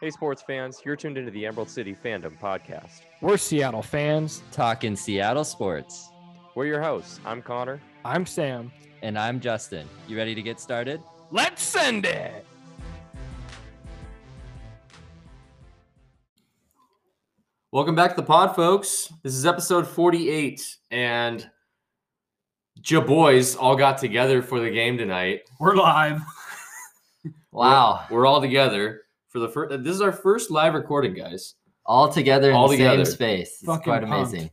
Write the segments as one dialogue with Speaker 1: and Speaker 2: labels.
Speaker 1: Hey, sports fans, you're tuned into the Emerald City Fandom Podcast.
Speaker 2: We're Seattle fans.
Speaker 3: Talking Seattle sports.
Speaker 1: We're your hosts. I'm Connor.
Speaker 2: I'm Sam.
Speaker 3: And I'm Justin. You ready to get started?
Speaker 2: Let's send it.
Speaker 4: Welcome back to the pod, folks. This is episode 48, and your boys all got together for the game tonight.
Speaker 2: We're live.
Speaker 3: Wow.
Speaker 4: We're all together for the first. This is our first live recording, guys.
Speaker 3: All together in
Speaker 4: All
Speaker 3: the
Speaker 4: together.
Speaker 3: same space. It's
Speaker 2: Fucking
Speaker 3: quite
Speaker 2: pumped.
Speaker 3: amazing.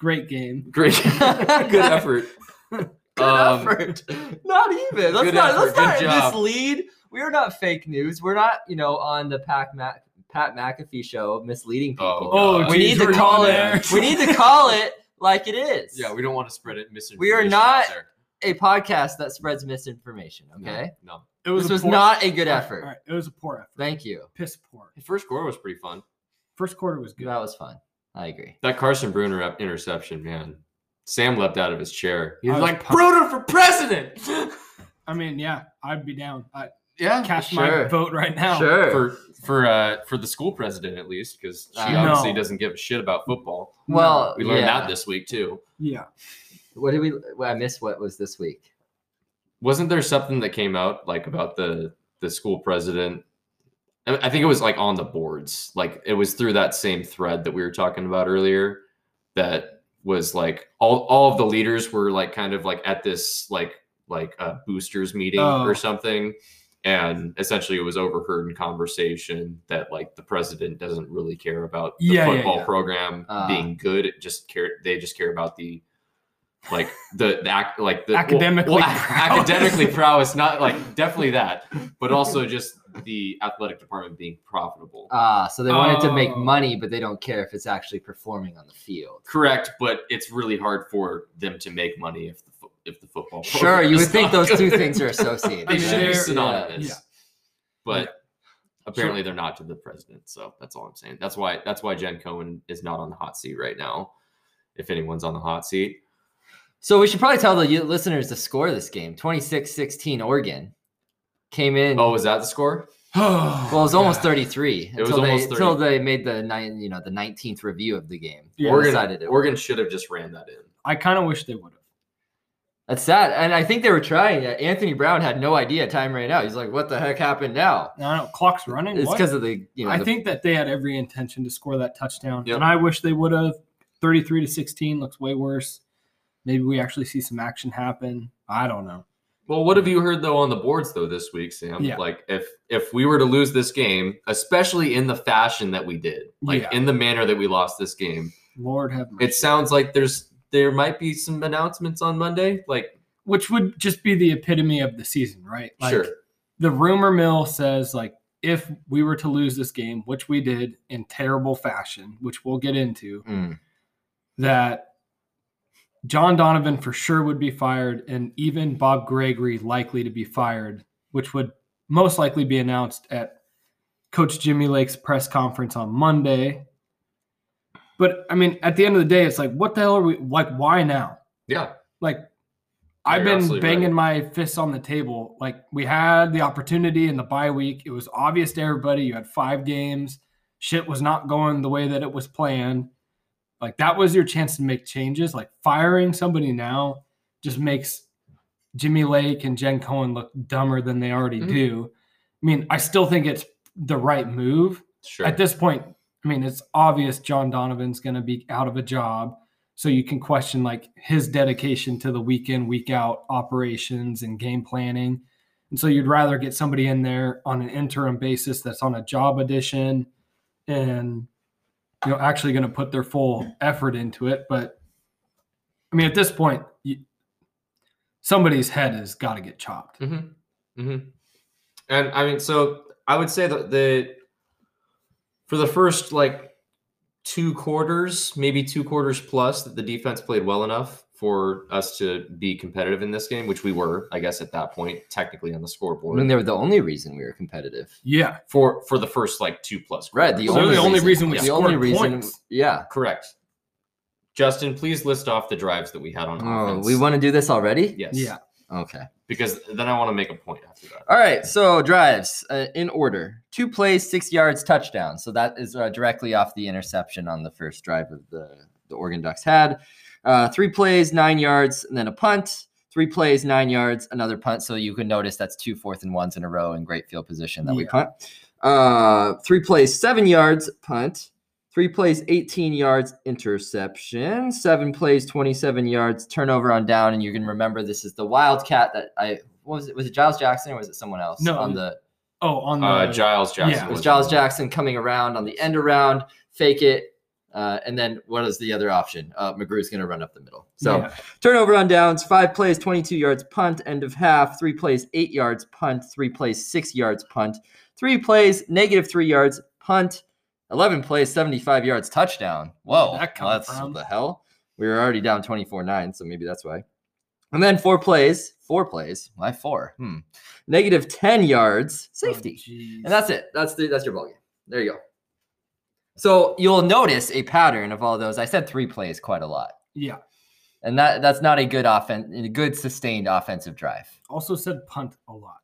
Speaker 2: Great game.
Speaker 4: Great, good effort.
Speaker 5: Good
Speaker 4: Um,
Speaker 5: effort. Not even. That's
Speaker 4: good
Speaker 5: not.
Speaker 4: effort.
Speaker 5: That's not
Speaker 4: Good job.
Speaker 5: mislead. We are not fake news. We're not, you know, on the Pac Mac, Pat McAfee show of misleading people.
Speaker 4: Oh,
Speaker 5: we
Speaker 4: geez,
Speaker 5: need
Speaker 4: we're
Speaker 5: to call
Speaker 4: on
Speaker 5: it.
Speaker 4: that.
Speaker 5: We need to call it like it is.
Speaker 4: Yeah, we don't want to spread it misinformation.
Speaker 5: We are not-
Speaker 4: out there.
Speaker 5: a podcast that spreads misinformation. Okay,
Speaker 4: No, no.
Speaker 2: It
Speaker 5: this
Speaker 2: a
Speaker 5: was
Speaker 2: poor-
Speaker 5: not a good
Speaker 2: All right,
Speaker 5: effort.
Speaker 2: All right, it was a poor effort.
Speaker 5: Thank you.
Speaker 2: Piss poor.
Speaker 4: The first quarter was pretty fun.
Speaker 2: First quarter was good.
Speaker 5: That was fun. I agree.
Speaker 4: That Carson Bruner ep- interception, man. Sam leapt out of his chair. He
Speaker 2: I
Speaker 4: was
Speaker 2: was
Speaker 4: like,
Speaker 2: pumped.
Speaker 4: Bruner for president.
Speaker 2: I mean, yeah, I'd be down. I
Speaker 4: yeah.
Speaker 2: cast my
Speaker 5: Sure.
Speaker 2: vote right now.
Speaker 5: Sure.
Speaker 4: For for uh for the school president at least, because she
Speaker 5: Uh,
Speaker 4: obviously
Speaker 2: No.
Speaker 4: doesn't give a shit about football.
Speaker 5: well,
Speaker 4: We learned
Speaker 5: yeah.
Speaker 4: that this week too.
Speaker 2: Yeah.
Speaker 5: What did we? Well, I missed what was this week.
Speaker 4: wasn't there something that came out like about the the school president I I think it was like on the boards. Like it was through that same thread that we were talking about earlier that was like all all of the leaders were like kind of like at this like like a boosters meeting
Speaker 2: Oh.
Speaker 4: or something and essentially it was overheard in conversation that like the president doesn't really care about the
Speaker 2: Yeah, yeah,
Speaker 4: football
Speaker 2: yeah. Uh.
Speaker 4: program
Speaker 5: Ah.
Speaker 4: being good it just care they just care about the like the, the act like the well-
Speaker 2: Academically
Speaker 4: well, a-
Speaker 2: prowess.
Speaker 4: academically prowess not like definitely that but also just the athletic department being profitable
Speaker 5: Ah, so they wanted to make
Speaker 2: Oh.
Speaker 5: money, but they don't care if it's actually performing on the field.
Speaker 4: correct but it's really hard for them to make money if the fo- if the football
Speaker 5: Sure,
Speaker 4: program
Speaker 5: you
Speaker 4: is
Speaker 5: would
Speaker 4: not
Speaker 5: think those two
Speaker 4: good.
Speaker 5: things are associated.
Speaker 4: Oh, they
Speaker 2: mean,
Speaker 4: should
Speaker 2: they're-
Speaker 4: be
Speaker 2: yeah,
Speaker 4: synonymous
Speaker 2: yeah.
Speaker 4: but
Speaker 2: Yeah.
Speaker 4: apparently they're not to the president so that's all i'm saying that's why that's why jen cohen is not on the hot seat right now if anyone's on the hot seat
Speaker 5: So we should probably tell the you- listeners to score this game. 26-16 Oregon came in.
Speaker 4: oh is that the score
Speaker 5: well, it was almost 33
Speaker 4: was
Speaker 5: until,
Speaker 4: almost
Speaker 5: they,
Speaker 4: 30.
Speaker 5: until they made the nine, you know, the 19th review of the game.
Speaker 2: Yeah.
Speaker 5: They
Speaker 4: oregon,
Speaker 5: decided it.
Speaker 4: oregon should have just ran that in
Speaker 2: I kind of wish they would have.
Speaker 5: That's sad. And I think they were trying. it. Anthony Brown had no idea time ran out. He's like, "What the heck happened now?"
Speaker 2: I don't know. Clock's running.
Speaker 5: It's
Speaker 2: what?
Speaker 5: because of the, you know,
Speaker 2: I
Speaker 5: the-
Speaker 2: think that they had every intention to score that touchdown,
Speaker 4: Yep.
Speaker 2: and I wish they would have. Thirty-three to sixteen looks way worse. Maybe we actually see some action happen. I don't know.
Speaker 4: Well, what have you heard though on the boards though this week, Sam?
Speaker 2: Yeah.
Speaker 4: Like if if we were to lose this game, especially in the fashion that we did, like
Speaker 2: Yeah.
Speaker 4: in the manner that we lost this game,
Speaker 2: Lord have mercy.
Speaker 4: it sounds like there's there might be some announcements on Monday. Like,
Speaker 2: Which would just be the epitome of the season, right? Like,
Speaker 4: sure,
Speaker 2: the rumor mill says like if we were to lose this game, which we did in terrible fashion, which we'll get into,
Speaker 5: Mm.
Speaker 2: that John Donovan for sure would be fired, and even Bob Gregory likely to be fired, which would most likely be announced at Coach Jimmy Lake's press conference on Monday. But I mean, at the end of the day, it's like, what the hell are we like? Why now?
Speaker 4: yeah,
Speaker 2: Like
Speaker 4: you're
Speaker 2: I've been
Speaker 4: absolutely right.
Speaker 2: banging my fists on the table. Like we had the opportunity in the bye week. It was obvious to everybody. You had five games. Shit was not going the way that it was planned. Like that was your chance to make changes. Like firing somebody now just makes Jimmy Lake and Jen Cohen look dumber than they already
Speaker 4: Mhm.
Speaker 2: do. I mean, I still think it's the right move
Speaker 4: sure.
Speaker 2: at this point, I mean, it's obvious John Donovan's going to be out of a job. So you can question like his dedication to the week in, week out operations and game planning. And so you'd rather get somebody in there on an interim basis that's on a job addition and you know actually going to put their full effort into it. But I mean, at this point, you, somebody's head has got to get chopped.
Speaker 4: Mm-hmm. Mm-hmm. And I mean, so I would say that the for the first like two quarters, maybe two quarters plus, that the defense played well enough for us to be competitive in this game, which we were, I guess, at that point, technically on the
Speaker 5: I
Speaker 4: scoreboard.
Speaker 5: mean, they were the only reason we were competitive.
Speaker 2: Yeah,
Speaker 4: for for the first like two plus.
Speaker 5: Right.
Speaker 4: quarters.
Speaker 5: The
Speaker 2: So
Speaker 5: only
Speaker 2: the only reason we
Speaker 5: the
Speaker 2: scored
Speaker 5: only reason,
Speaker 2: points.
Speaker 5: yeah.
Speaker 4: correct. Justin, please list off the drives that we had on
Speaker 5: Oh,
Speaker 4: offense.
Speaker 5: we want to do this already.
Speaker 4: Yes.
Speaker 2: yeah.
Speaker 5: Okay.
Speaker 4: because then I want to make a point after that.
Speaker 5: All right. So drives uh, in order: two plays, six yards, touchdown. So that is uh, directly off the interception on the first drive of the the Oregon Ducks had. Uh, three plays, nine yards, and then a punt. Three plays, nine yards, another punt. So you can notice that's two fourth and ones in a row in great field position that we
Speaker 2: Yeah.
Speaker 5: punt. Uh, three plays, seven yards, punt. Three plays, 18 yards, interception. Seven plays, 27 yards, turnover on down. And you can remember this is the Wildcat that I what was it? Was it Giles Jackson or was it someone else?
Speaker 2: No,
Speaker 5: on
Speaker 2: it-
Speaker 5: the
Speaker 2: Oh, on the
Speaker 4: Uh, Giles Jackson.
Speaker 2: yeah,
Speaker 5: Um, it was
Speaker 4: the
Speaker 5: Giles
Speaker 4: one.
Speaker 5: Jackson coming around on the end around, fake it, uh, and then what is the other option? Uh, McGrew's going to run up the middle. So
Speaker 2: yeah.
Speaker 5: turnover on downs, five plays, 22 yards, punt, end of half, three plays, eight yards, punt, three plays, six yards, punt, three plays, negative three yards, punt, 11 plays, 75 yards, touchdown.
Speaker 2: Where did
Speaker 5: Whoa,
Speaker 2: that come
Speaker 5: that's
Speaker 2: from?
Speaker 5: what the hell. We were already down 24 9, so maybe that's why. And then four plays, four plays, why four? Hmm. Negative 10 yards, safety.
Speaker 2: Oh,
Speaker 5: And that's it. That's the that's your ball game. There you go. So you'll notice a pattern of all those. I said three plays quite a lot,
Speaker 2: yeah.
Speaker 5: and that that's not a good offense, a good sustained offensive drive.
Speaker 2: Also said punt a lot,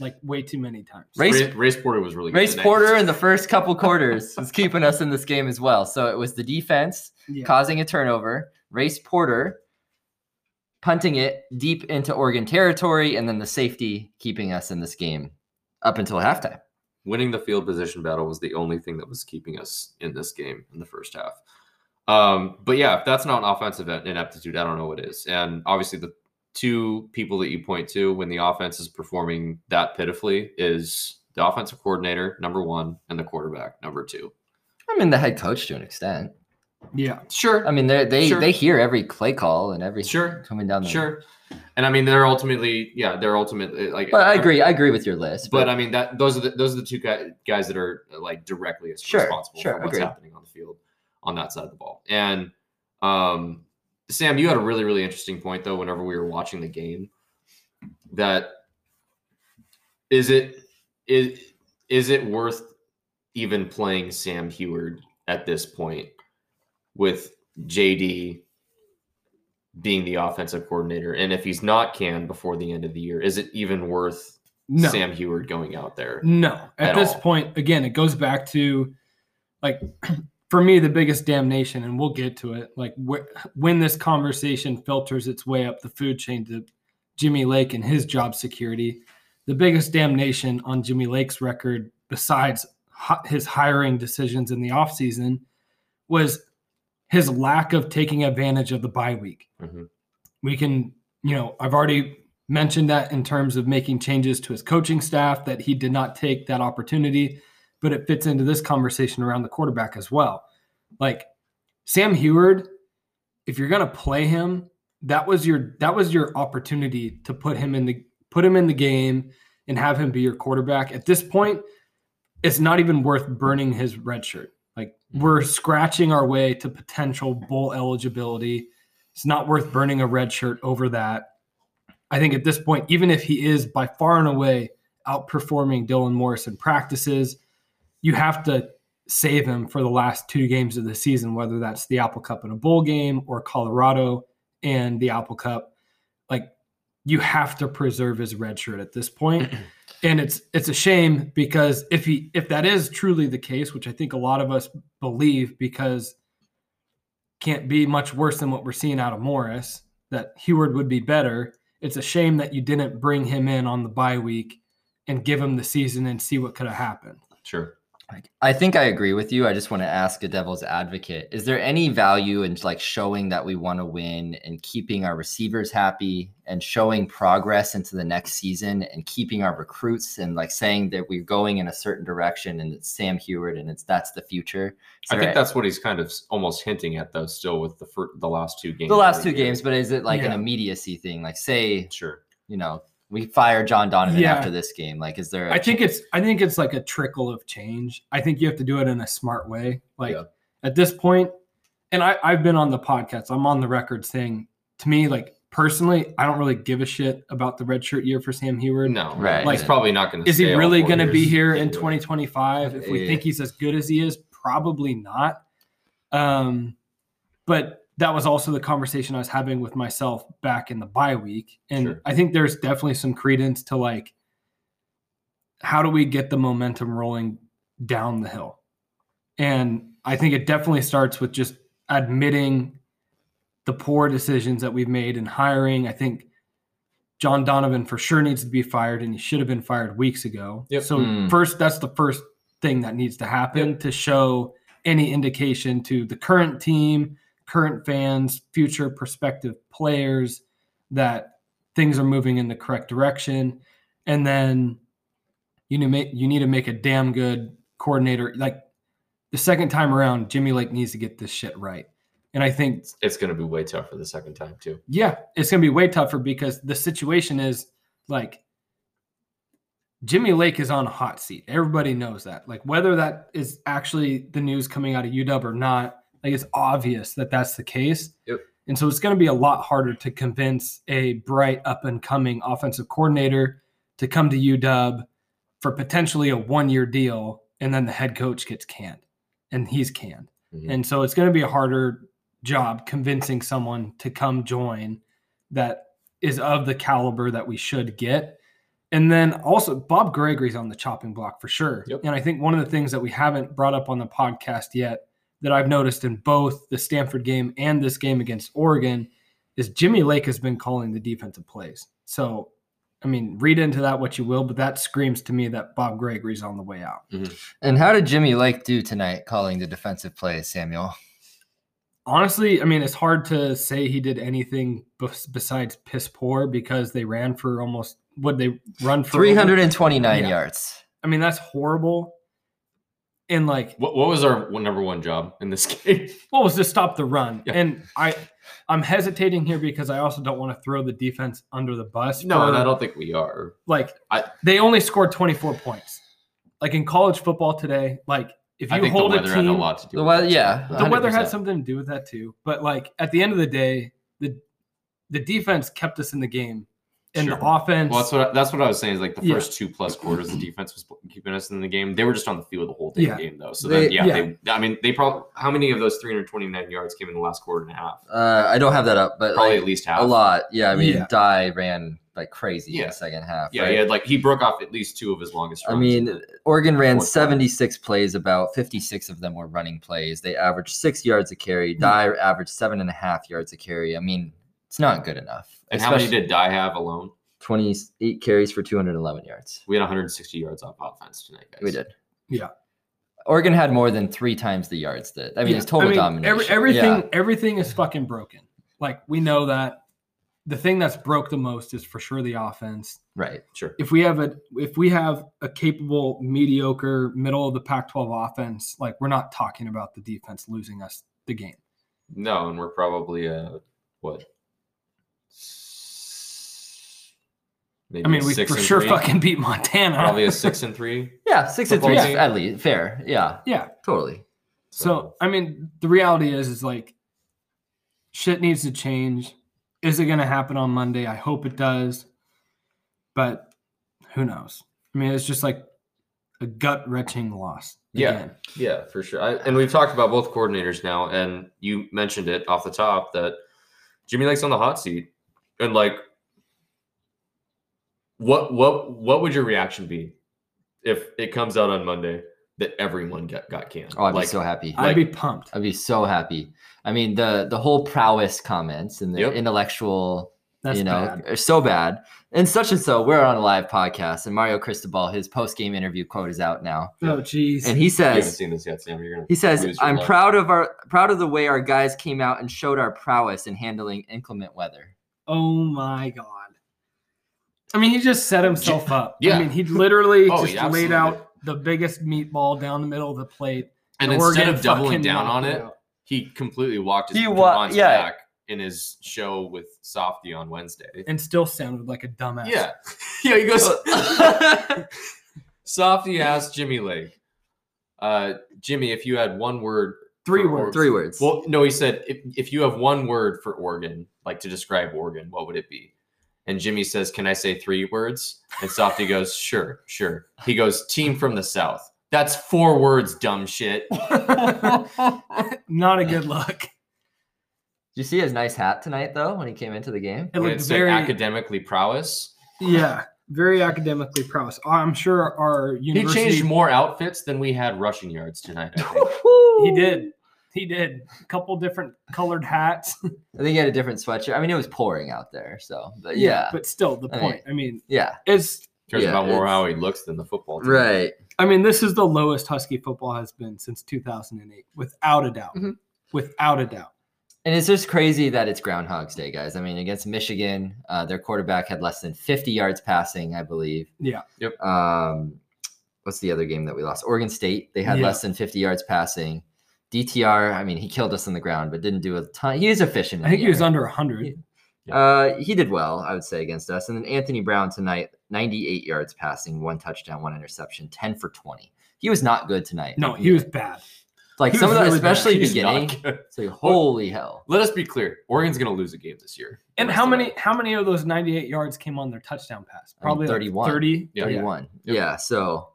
Speaker 2: like way too many times.
Speaker 5: Race-
Speaker 4: Race, Race Porter was really good
Speaker 5: Race
Speaker 4: tonight.
Speaker 5: Porter in the first couple quarters is keeping us in this game as well. So it was the defense
Speaker 2: Yeah.
Speaker 5: causing a turnover, Race Porter punting it deep into Oregon territory, and then the safety keeping us in this game up until halftime.
Speaker 4: winning the field position battle was the only thing that was keeping us in this game in the first half. Um, but yeah, if that's not an offensive in- ineptitude, I don't know what is. And obviously, the two people that you point to when the offense is performing that pitifully is the offensive coordinator, number one, and the quarterback, number two.
Speaker 5: I mean, the head coach to an extent.
Speaker 2: Yeah.
Speaker 4: Sure,
Speaker 5: I mean, they they
Speaker 4: Sure.
Speaker 5: they hear every play call and everything
Speaker 4: Sure.
Speaker 5: coming down the
Speaker 4: sure. And I mean, they're ultimately, yeah, they're ultimately like.
Speaker 5: But I agree. I agree with your list.
Speaker 4: But I mean that those are the those are the two guy, guys that are like directly as
Speaker 5: Sure,
Speaker 4: responsible
Speaker 5: sure,
Speaker 4: for what's
Speaker 5: agreed.
Speaker 4: happening on the field on that side of the ball. And um, Sam, you had a really really interesting point though. Whenever we were watching the game, that is it is is it worth even playing Sam Heward at this point with JD being the offensive coordinator? And if he's not canned before the end of the year, is it even worth
Speaker 2: No.
Speaker 4: Sam Heward going out there.
Speaker 2: No. At,
Speaker 4: At
Speaker 2: this
Speaker 4: all.
Speaker 2: point, again, it goes back to like for me the biggest damnation and we'll get to it like wh- when this conversation filters its way up the food chain to Jimmy Lake and his job security, the biggest damnation on Jimmy Lake's record besides hi- his hiring decisions in the offseason was his lack of taking advantage of the bye week.
Speaker 4: Mhm.
Speaker 2: We can, you know, I've already mentioned that in terms of making changes to his coaching staff that he did not take that opportunity, but it fits into this conversation around the quarterback as well. Like Sam Heward, if you're going to play him, that was your that was your opportunity to put him in the put him in the game and have him be your quarterback. At this point, it's not even worth burning his red shirt. Like we're scratching our way to potential bowl eligibility. It's not worth burning a red shirt over that. I think at this point, even if he is by far and away outperforming Dylan Morris in practices, you have to save him for the last two games of the season, whether that's the Apple Cup and a bowl game or Colorado and the Apple Cup. Like you have to preserve his red shirt at this point. And it's it's a shame because if he if that is truly the case, which I think a lot of us believe because can't be much worse than what we're seeing out of Morris, that Heward would be better. It's a shame that you didn't bring him in on the bye week and give him the season and see what could have happened.
Speaker 4: Sure.
Speaker 5: I- I think I agree with you. I just want to ask a devil's advocate. Is there any value in like showing that we want to win and keeping our receivers happy and showing progress into the next season and keeping our recruits and like saying that we're going in a certain direction and it's Sam Heward and it's that's the future? Is
Speaker 4: I
Speaker 5: there
Speaker 4: think that's what he's kind of s- almost hinting at though, still with the fir- the last two games.
Speaker 5: the last
Speaker 4: that
Speaker 5: two
Speaker 4: he did.
Speaker 5: games, but is it like an
Speaker 2: Yeah.
Speaker 5: immediacy thing? Like say,
Speaker 4: Sure.
Speaker 5: you know, we fire John Donovan
Speaker 2: Yeah.
Speaker 5: after this game. Like is there a
Speaker 2: I think it's I think it's like a trickle of change. I think you have to do it in a smart way. Like
Speaker 5: Yeah.
Speaker 2: at this point, and I, I've been on the podcast, I'm on the record saying to me, like personally, I don't really give a shit about the redshirt year for Sam Heward.
Speaker 4: No.
Speaker 5: Right.
Speaker 4: Like, he's probably not going to.
Speaker 2: Is he really going to be here in 2025? If we
Speaker 5: Yeah.
Speaker 2: think he's as good as he is, probably not. Um, but that was also the conversation I was having with myself back in the bye week. And
Speaker 4: Sure.
Speaker 2: I think there's definitely some credence to like, how do we get the momentum rolling down the hill? And I think it definitely starts with just admitting the poor decisions that we've made in hiring. I think John Donovan for sure needs to be fired and he should have been fired weeks ago.
Speaker 4: Yep.
Speaker 2: So,
Speaker 5: Hmm.
Speaker 2: first, that's the first thing that needs to happen to show any indication to the current team, current fans, future prospective players that things are moving in the correct direction. And then you need to make, you need to make a damn good coordinator. Like the second time around, Jimmy Lake needs to get this shit right. And I think
Speaker 4: It's, it's going to be way tougher the second time too.
Speaker 2: yeah, it's going to be way tougher because the situation is like Jimmy Lake is on a hot seat. Everybody knows that. Like whether that is actually the news coming out of UW or not, like it's obvious that that's the case.
Speaker 4: Yep.
Speaker 2: And so it's going to be a lot harder to convince a bright up and coming offensive coordinator to come to UW for potentially a one year deal, and then the head coach gets canned, and he's canned.
Speaker 4: Mhm.
Speaker 2: And so it's going to be a harder job convincing someone to come join that is of the caliber that we should get. And then also, Bob Gregory's on the chopping block for sure.
Speaker 4: Yep.
Speaker 2: And I think one of the things that we haven't brought up on the podcast yet that I've noticed in both the Stanford game and this game against Oregon is Jimmy Lake has been calling the defensive plays. So, I mean, read into that what you will, but that screams to me that Bob Gregory's on the way out.
Speaker 5: And how did Jimmy Lake do tonight calling the defensive plays, Samuel?
Speaker 2: Honestly, I mean, it's hard to say he did anything bes- besides piss poor because they ran for almost would they run for over-
Speaker 5: 329
Speaker 2: Yeah.
Speaker 5: yards.
Speaker 2: I mean, that's horrible. And like,
Speaker 4: What what was our one, number one job in this game?
Speaker 2: what was to stop the run?
Speaker 4: Yeah.
Speaker 2: And I, I'm hesitating here because I also don't want to throw the defense under the bus.
Speaker 4: no,
Speaker 2: for,
Speaker 4: and I don't think we are.
Speaker 2: like
Speaker 4: I-
Speaker 2: they only scored 24 points. Like in college football today, like if
Speaker 4: I
Speaker 2: you
Speaker 4: think the
Speaker 2: hold a
Speaker 4: weather had a
Speaker 2: team,
Speaker 4: lot to do.
Speaker 5: The
Speaker 4: with
Speaker 5: weather,
Speaker 4: that, too.
Speaker 5: yeah.
Speaker 2: the weather
Speaker 5: 100%.
Speaker 2: had something to do with that too. But like at the end of the day, the the defense kept us in the game, and the
Speaker 4: Sure.
Speaker 2: offense.
Speaker 4: Well, that's what I, that's what I was saying. Is like the
Speaker 2: Yeah.
Speaker 4: first two plus quarters, the defense was keeping us in the game. They were just on the field the whole damn
Speaker 2: Yeah.
Speaker 4: game, though. So
Speaker 5: They-
Speaker 4: then, yeah, They, I mean, they probably how many of those 329 yards came in the last quarter and a half?
Speaker 5: Uh, I don't have that up, but
Speaker 4: Probably
Speaker 5: like,
Speaker 4: at least half.
Speaker 5: a lot. Yeah, I mean,
Speaker 2: Yeah.
Speaker 5: Die ran like crazy in
Speaker 4: Yeah.
Speaker 5: the second half.
Speaker 4: Yeah,
Speaker 5: right?
Speaker 4: he had like he broke off at least two of his longest.
Speaker 5: I
Speaker 4: runs.
Speaker 5: mean, Oregon ran
Speaker 4: Fourth down.
Speaker 5: 76 plays, about 56 of them were running plays. They averaged six yards a carry.
Speaker 2: Hmm.
Speaker 5: Die averaged seven and a half yards a carry. I mean, it's not good enough.
Speaker 4: and how many
Speaker 5: Especially
Speaker 4: did Die have alone?
Speaker 5: 28 carries for 211 yards.
Speaker 4: We had 160 yards off offense tonight, guys.
Speaker 5: We did.
Speaker 2: Yeah.
Speaker 5: Oregon had more than three times the yards that I mean
Speaker 2: Yeah.
Speaker 5: it's total
Speaker 2: mean,
Speaker 5: domination.
Speaker 2: every- everything,
Speaker 5: Yeah.
Speaker 2: everything is fucking broken. Like we know that. The thing that's broke the most is for sure the offense.
Speaker 5: Right.
Speaker 4: Sure.
Speaker 2: If we have a if we have a capable, mediocre, middle of the Pac-12 offense, like we're not talking about the defense losing us the game.
Speaker 4: No, and we're probably uh what? s- Maybe
Speaker 2: I mean,
Speaker 4: a
Speaker 2: we
Speaker 4: six
Speaker 2: for
Speaker 4: and
Speaker 2: sure
Speaker 4: three.
Speaker 2: fucking beat Montana.
Speaker 4: probably a six and three.
Speaker 5: Yeah, six and
Speaker 4: Football
Speaker 5: three
Speaker 4: team.
Speaker 5: at least. Fair. Yeah.
Speaker 2: Yeah.
Speaker 5: Totally.
Speaker 2: So, I mean, the reality is, is like shit needs to change. Is it going to happen on Monday? I hope it does, but who knows? I mean, it's just like a gut wrenching loss.
Speaker 4: Yeah.
Speaker 2: again.
Speaker 4: Yeah, for sure. I, and we've talked about both coordinators now, and you mentioned it off the top that Jimmy Lake's on the hot seat, and like, what what what would your reaction be if it comes out on Monday that everyone got got canned?
Speaker 5: Oh, I'd
Speaker 4: like,
Speaker 5: be so happy.
Speaker 2: I'd
Speaker 4: Like-
Speaker 2: be pumped.
Speaker 5: I'd be so happy. I mean, the the whole prowess comments and the
Speaker 4: Yep.
Speaker 5: intellectual,
Speaker 2: That's
Speaker 5: you know,
Speaker 2: bad.
Speaker 5: are so bad. And such and so, we're on a live podcast, and Mario Cristobal, his post game interview quote is out now,
Speaker 2: Oh, jeez.
Speaker 5: and he
Speaker 4: you haven't
Speaker 5: says.
Speaker 4: seen this yet, Sam. You're gonna.
Speaker 5: He says,
Speaker 4: lose your
Speaker 5: "I'm
Speaker 4: mind."
Speaker 5: proud of our proud of the way our guys came out and showed our prowess in handling inclement weather."
Speaker 2: oh my god. I mean, he just set himself up.
Speaker 4: yeah.
Speaker 2: I mean, he literally
Speaker 4: Oh,
Speaker 2: just
Speaker 4: yeah,
Speaker 2: laid
Speaker 4: absolutely.
Speaker 2: out the biggest meatball down the middle of the plate.
Speaker 4: And
Speaker 2: And
Speaker 4: instead
Speaker 2: Oregon
Speaker 4: of doubling
Speaker 2: fucking
Speaker 4: down on
Speaker 2: knocked
Speaker 4: it,
Speaker 2: out.
Speaker 4: he completely walked his
Speaker 5: He wa-
Speaker 4: Devon's
Speaker 5: yeah.
Speaker 4: back in his show with Softy on Wednesday.
Speaker 2: and still sounded like a dumbass.
Speaker 4: Yeah. Yeah, he goes Softy asked Jimmy Lake. Uh Jimmy, if you had one word
Speaker 2: Three
Speaker 4: for
Speaker 2: words.
Speaker 5: Three words.
Speaker 4: Well, no, he said if, if you have one word for Oregon, like to describe Oregon, what would it be? And Jimmy says, Can I say three words? And Softy goes, Sure, sure. He goes, Team from the South. That's four words, dumb shit.
Speaker 2: Not a good look.
Speaker 5: you see his nice hat tonight though when he came into the game?
Speaker 2: It
Speaker 4: When
Speaker 2: looked
Speaker 4: said
Speaker 2: very
Speaker 4: academically prowess.
Speaker 2: yeah, very academically prowess. Uh, I'm sure our university
Speaker 4: He changed more outfits than we had rushing yards tonight. I think.
Speaker 2: He did. He did. A couple different colored hats.
Speaker 5: I think he had a different sweatshirt. I mean, it was pouring out there, so but yeah,
Speaker 2: But still, the
Speaker 5: I mean-
Speaker 2: point. I mean,
Speaker 5: yeah,
Speaker 2: it's.
Speaker 4: Cares
Speaker 5: Yeah,
Speaker 4: about more
Speaker 5: it's-
Speaker 4: how he looks than the football. team.
Speaker 5: right.
Speaker 2: I mean, this is the lowest Husky football has been since 2008, without a doubt.
Speaker 5: Mhm.
Speaker 2: Without a doubt.
Speaker 5: And it's just crazy that it's Groundhog's Day, guys. I mean, against Michigan, uh, their quarterback had less than 50 yards passing, I believe.
Speaker 2: Yeah.
Speaker 4: Yep.
Speaker 5: Um, what's the other game that we lost? Oregon State. They had
Speaker 2: Yeah.
Speaker 5: less than 50 yards passing. DTR. I mean, he killed us on the ground, but didn't do a ton. He is efficient. in
Speaker 2: I think
Speaker 5: the
Speaker 2: he was
Speaker 5: air.
Speaker 2: under 100.
Speaker 5: Uh, he did well, I would say, against us. And then Anthony Brown tonight, 98 yards passing, one touchdown, one interception, 10 for 20. He was not good tonight.
Speaker 2: No, he was bad.
Speaker 5: like
Speaker 2: he
Speaker 5: some
Speaker 2: was
Speaker 5: of the,
Speaker 2: really bad.
Speaker 5: especially
Speaker 4: He's not
Speaker 5: beginning.
Speaker 4: good.
Speaker 5: It's like, holy hell.
Speaker 4: Let us be clear. Oregon's going to lose a game this year.
Speaker 2: And
Speaker 4: The
Speaker 2: how
Speaker 4: rest of
Speaker 2: many how many of those 98 yards came on their touchdown pass?
Speaker 5: I mean,
Speaker 2: Probably like
Speaker 5: 31.
Speaker 2: 30.
Speaker 4: Yeah.
Speaker 5: 31.
Speaker 4: Yep.
Speaker 5: Yeah. So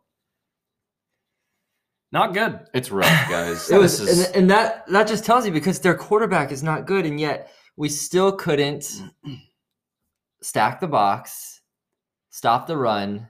Speaker 2: Not good.
Speaker 4: it. It's rough, guys.
Speaker 5: it was,
Speaker 4: this is,
Speaker 5: and, and that that just tells you because their quarterback is not good, and yet we still couldn't stack the box, stop the run.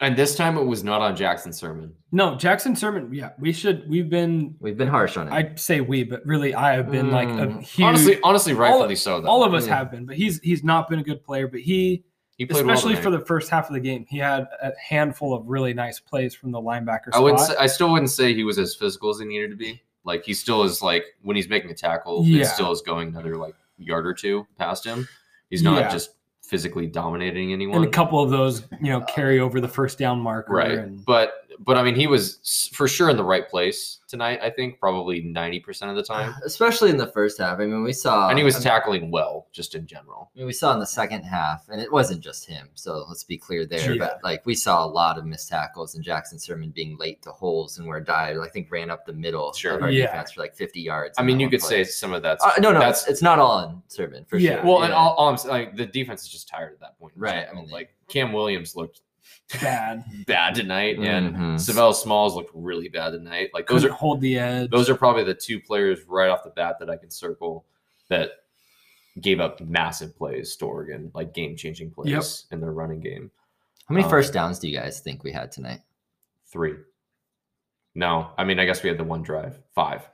Speaker 4: and this time it was not on Jackson Sermon.
Speaker 2: No, Jackson Sermon, yeah, we should we've been
Speaker 5: We've been harsh on it.
Speaker 2: I say we, but really I have been like a
Speaker 4: Mm.
Speaker 2: huge
Speaker 4: honestly, honestly, rightfully
Speaker 2: of-
Speaker 4: so. Though
Speaker 2: all of us
Speaker 5: Yeah.
Speaker 2: have been, but he's he's not been a good player, but he
Speaker 4: he played well
Speaker 2: especially for
Speaker 4: tonight.
Speaker 2: the first half of the game. He had a handful of really nice plays from the linebacker spot.
Speaker 4: I would. Say, I still wouldn't say he was as physical as he needed to be. Like he still is. Like when he's making a tackle,
Speaker 2: Yeah.
Speaker 4: it still is going another like yard or two past him. He's not
Speaker 2: Yeah.
Speaker 4: just physically dominating anyone.
Speaker 2: and a couple of those, you know, carry over the first down marker.
Speaker 4: right
Speaker 2: And,
Speaker 4: but but i mean he was s- for sure in the right place tonight i think probably 90% of the time
Speaker 5: Especially in the first half. I mean, we saw
Speaker 4: and he was
Speaker 5: I
Speaker 4: tackling well just in general
Speaker 5: mean, we saw in the second half, and it wasn't just him. So let's be clear there.
Speaker 2: Yeah.
Speaker 5: But like we saw a lot of missed tackles and Jackson Sermon being late to holes and where dive I think ran up the middle
Speaker 4: Sure.
Speaker 5: of our
Speaker 2: Yeah.
Speaker 5: defense for like 50 yards.
Speaker 4: i
Speaker 5: in
Speaker 4: mean
Speaker 5: that
Speaker 4: you
Speaker 5: one
Speaker 4: could say
Speaker 5: play.
Speaker 4: some of that's
Speaker 5: Uh, no, no,
Speaker 4: that's
Speaker 5: it's, it's not all on Sermon for
Speaker 2: Yeah.
Speaker 5: sure.
Speaker 4: well and
Speaker 5: Yeah.
Speaker 4: all, all i'm saying like the defense is just tired at that point in
Speaker 5: Right, I
Speaker 4: general.
Speaker 5: mean, they-
Speaker 4: like cam williams looked
Speaker 2: bad.
Speaker 4: bad tonight
Speaker 5: Mhm.
Speaker 4: and savell smalls looked really bad tonight like those
Speaker 2: Couldn't
Speaker 4: are
Speaker 2: hold the edge.
Speaker 4: those are probably the two players right off the bat that i can circle that gave up massive plays to oregon like game-changing plays in their running game
Speaker 5: How many
Speaker 4: Um,
Speaker 5: first downs do you guys think we had tonight?
Speaker 4: Three. No, I mean, I guess we had the one drive. Five.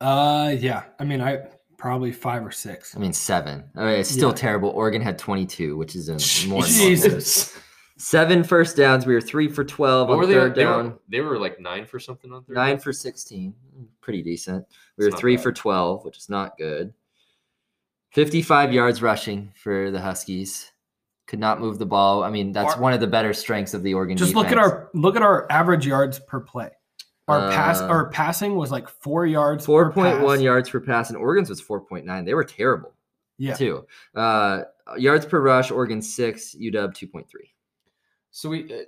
Speaker 2: uh, yeah. I mean, I probably five or six.
Speaker 5: I mean, seven. I mean, it's still
Speaker 2: Yeah.
Speaker 5: terrible. Oregon had 22, which is a more normal.
Speaker 2: Jesus.
Speaker 5: Seven first downs. We were three for 12
Speaker 4: What
Speaker 5: on
Speaker 4: were they?
Speaker 5: third
Speaker 4: They
Speaker 5: down,
Speaker 4: were, they were like nine for something on third.
Speaker 5: nine for 16. Pretty decent. We
Speaker 4: It's
Speaker 5: were
Speaker 4: not
Speaker 5: three
Speaker 4: bad.
Speaker 5: for 12, which is not good. 55 yards rushing for the Huskies. Could not move the ball. I mean, that's
Speaker 2: Our-
Speaker 5: one of the better strengths of the Oregon
Speaker 2: Just look at
Speaker 5: defense.
Speaker 2: our look at our average yards per play. Our pass,
Speaker 5: Uh,
Speaker 2: our passing was like four yards. per
Speaker 5: Four point
Speaker 2: pass.
Speaker 5: one yards per pass, and Oregon's was four point nine. They were terrible.
Speaker 2: Yeah.
Speaker 5: Too. Uh, yards per rush, Oregon six, UW two point three.
Speaker 4: So we, uh,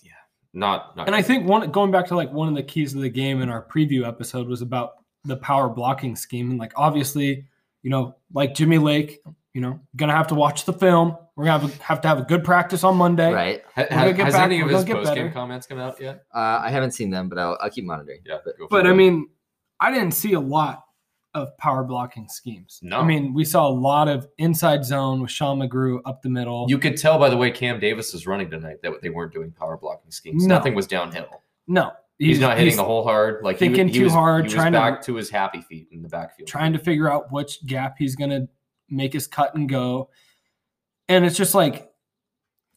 Speaker 4: yeah, not not.
Speaker 2: And I think one going back to like one of the keys of the game in our preview episode was about the power blocking scheme. And like obviously, you know, like Jimmy Lake, you know, gonna have to watch the film. We're gonna have, have to have a good practice on Monday.
Speaker 5: Right.
Speaker 4: Ha-
Speaker 2: we're gonna
Speaker 4: ha-
Speaker 2: get
Speaker 4: has
Speaker 2: back-
Speaker 4: any of
Speaker 2: we're
Speaker 4: his
Speaker 2: gonna get
Speaker 4: post game
Speaker 2: better.
Speaker 4: comments come out yet?
Speaker 5: Uh, I haven't seen them, but I'll, I'll keep monitoring.
Speaker 4: Yeah,
Speaker 5: But
Speaker 4: go for
Speaker 2: But I
Speaker 4: it.
Speaker 2: mean, I didn't see a lot of power blocking schemes.
Speaker 4: No.
Speaker 2: I mean, we saw a lot of inside zone with Sean McGrew up the middle.
Speaker 4: you could tell by the way Cam Davis was running tonight that they weren't doing power blocking schemes.
Speaker 2: No.
Speaker 4: Nothing was downhill.
Speaker 2: no.
Speaker 4: He's, not hitting the hole hard. Like he w-
Speaker 2: thinking
Speaker 4: he,
Speaker 2: too
Speaker 4: was,
Speaker 2: hard,
Speaker 4: He was
Speaker 2: trying to-
Speaker 4: back to his happy feet in the backfield.
Speaker 2: trying to figure out which gap he's going to make his cut and go. And it's just like,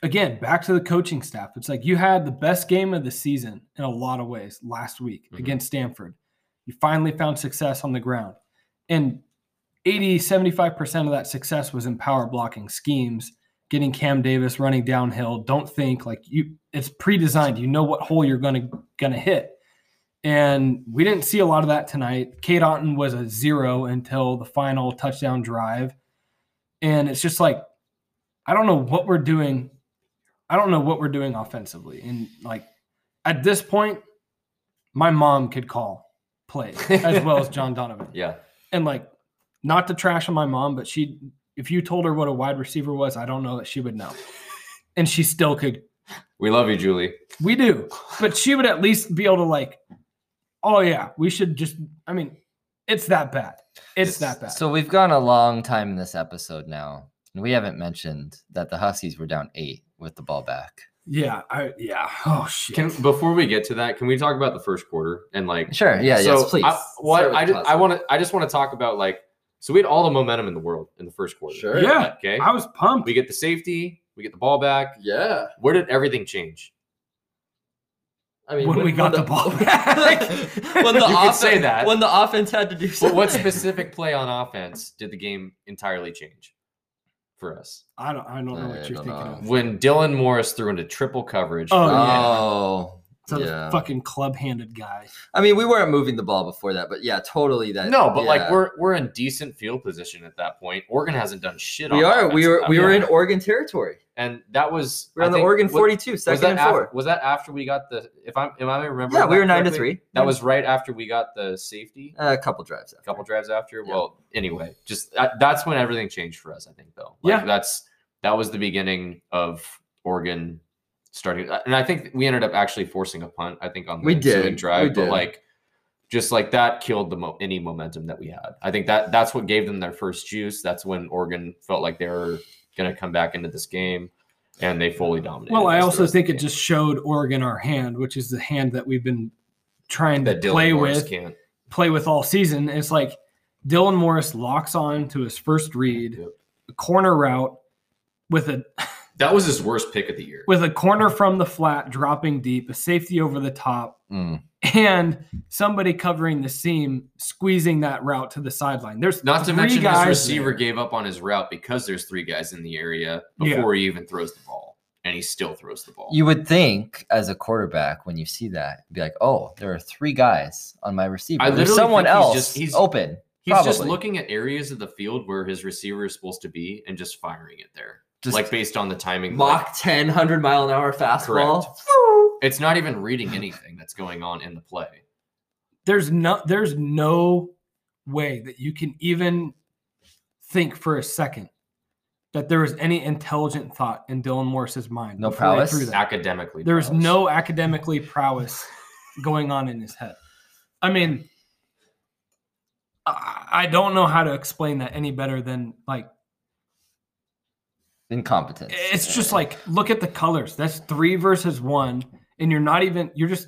Speaker 2: again, back to the coaching staff. It's like you had the best game of the season in a lot of ways last week
Speaker 4: Mhm.
Speaker 2: against Stanford. You finally found success on the ground. And 80, 75% of that success was in power blocking schemes, getting Cam Davis running downhill. Don't think like you, it's pre designed. You know what hole you're going to going to hit. And we didn't see a lot of that tonight. Kate Otten was a zero until the final touchdown drive. And it's just like, I don't know what we're doing. I don't know what we're doing offensively. And like at this point, my mom could call plays as well as John Donovan.
Speaker 4: Yeah,
Speaker 2: And like, not to trash on my mom, but she, if you told her what a wide receiver was, I don't know that she would know. And she still could
Speaker 4: we love you, Julie.
Speaker 2: we do. But she would at least be able to like, oh yeah, we should just I mean, It's that bad.
Speaker 4: It's-
Speaker 2: It's, that bad.
Speaker 5: So we've gone a long time in this episode now, and we haven't mentioned that the Huskies were down eight with the ball back.
Speaker 2: yeah, I, yeah. Oh shit.
Speaker 4: Can before we get to that, can we talk about the first quarter and like
Speaker 5: Sure. Yeah.
Speaker 4: so
Speaker 5: yes. Please.
Speaker 4: I,
Speaker 5: Start
Speaker 4: what
Speaker 5: with
Speaker 4: I just I
Speaker 5: positive.
Speaker 4: want to I just want to talk about like so we had all the momentum in the world in the first quarter.
Speaker 6: Sure.
Speaker 2: yeah,
Speaker 4: Okay.
Speaker 2: I was pumped.
Speaker 4: we get the safety, we get the ball back.
Speaker 6: Yeah.
Speaker 4: Where did everything change?
Speaker 6: I
Speaker 2: when, we got the, ball back.
Speaker 3: when the
Speaker 4: You could
Speaker 3: offense,
Speaker 4: say that.
Speaker 3: when the offense had to do
Speaker 4: But
Speaker 3: something.
Speaker 4: what specific play on offense did the game entirely change for us?
Speaker 2: I don't. I don't know
Speaker 5: I
Speaker 2: what you're
Speaker 5: don't
Speaker 2: thinking
Speaker 5: know.
Speaker 2: of.
Speaker 4: When Dylan Morris threw into triple coverage.
Speaker 2: Oh,
Speaker 5: Oh.
Speaker 2: So
Speaker 5: yeah.
Speaker 2: the fucking club-handed guy.
Speaker 5: I mean, we weren't moving the ball before that, but yeah, totally. That
Speaker 4: no, but
Speaker 5: yeah.
Speaker 4: like we're we're in decent field position at that point. Oregon hasn't done shit.
Speaker 5: we
Speaker 4: on
Speaker 5: are
Speaker 4: offense
Speaker 5: we
Speaker 4: at
Speaker 5: were
Speaker 4: that
Speaker 5: we were in
Speaker 4: point.
Speaker 5: Oregon territory.
Speaker 4: and that was
Speaker 5: We were
Speaker 4: I
Speaker 5: on the
Speaker 4: think,
Speaker 5: Oregon
Speaker 4: what-
Speaker 5: 42,
Speaker 4: Was
Speaker 5: second
Speaker 4: that,
Speaker 5: and
Speaker 4: after,
Speaker 5: four.
Speaker 4: was that after we got the if I'm am I remembering?
Speaker 5: Yeah, we
Speaker 4: that
Speaker 5: were nine to
Speaker 4: correctly?
Speaker 5: three.
Speaker 4: That was right after we got the safety,
Speaker 5: a couple drives.
Speaker 4: a
Speaker 5: After.
Speaker 4: couple drives after.
Speaker 5: Yeah.
Speaker 4: Well, anyway, just that, that's when everything changed for us. I think though. Like,
Speaker 2: Yeah.
Speaker 4: that's that was the beginning of Oregon starting, uh, and I think we ended up actually forcing a punt. I think on the
Speaker 5: We
Speaker 4: ensuing
Speaker 5: did,
Speaker 4: drive,
Speaker 5: we
Speaker 4: but
Speaker 5: did.
Speaker 4: like just like that killed the mo- any momentum that we had. I think that that's what gave them their first juice. That's when Oregon felt like they were going to come back into this game, and they fully dominated.
Speaker 2: Well, I
Speaker 4: us the
Speaker 2: also
Speaker 4: rest of
Speaker 2: think
Speaker 4: the
Speaker 2: it
Speaker 4: game.
Speaker 2: just showed Oregon our hand, which is the hand that we've been trying to
Speaker 4: that Dylan
Speaker 2: play
Speaker 4: Morris
Speaker 2: with,
Speaker 4: can't.
Speaker 2: play with all season. It's like Dylan Morris locks on to his first read,
Speaker 4: Yep.
Speaker 2: corner route with a
Speaker 4: That was his worst pick of the year.
Speaker 2: with a corner from the flat dropping deep, a safety over the top,
Speaker 5: Mm.
Speaker 2: and somebody covering the seam, squeezing that route to the sideline. There's
Speaker 4: Not to
Speaker 2: three
Speaker 4: mention his
Speaker 2: guys
Speaker 4: receiver
Speaker 2: there.
Speaker 4: gave up on his route because there's three guys in the area
Speaker 2: Yeah.
Speaker 4: before he even throws the ball, and he still throws the ball.
Speaker 5: You would think, as a quarterback, when you see that, you'd be like, "Oh, there are three guys on my receiver.
Speaker 4: I
Speaker 5: There's
Speaker 4: literally
Speaker 5: someone
Speaker 4: think he's
Speaker 5: else
Speaker 4: just- he's-
Speaker 5: open."
Speaker 4: He's just
Speaker 5: Probably.
Speaker 4: looking at areas of the field where his receiver is supposed to be and just firing it there,
Speaker 5: Just
Speaker 4: like based on the timing. like,
Speaker 5: Mach 10, 100 mile an hour fastball.
Speaker 4: it's not even reading anything that's going on in the play.
Speaker 2: there's no there's no way that you can even think for a second that there was any intelligent thought in Dylan Morris's mind.
Speaker 5: No
Speaker 2: before he
Speaker 5: prowess?
Speaker 2: threw that.
Speaker 4: Academically,
Speaker 2: There was
Speaker 4: prowess.
Speaker 2: no academically prowess going on in his head. I mean, I I don't know how to explain that any better than like
Speaker 5: Incompetence.
Speaker 4: Eh,
Speaker 2: it's just like look at the colors. That's three versus one, and you're not even you're just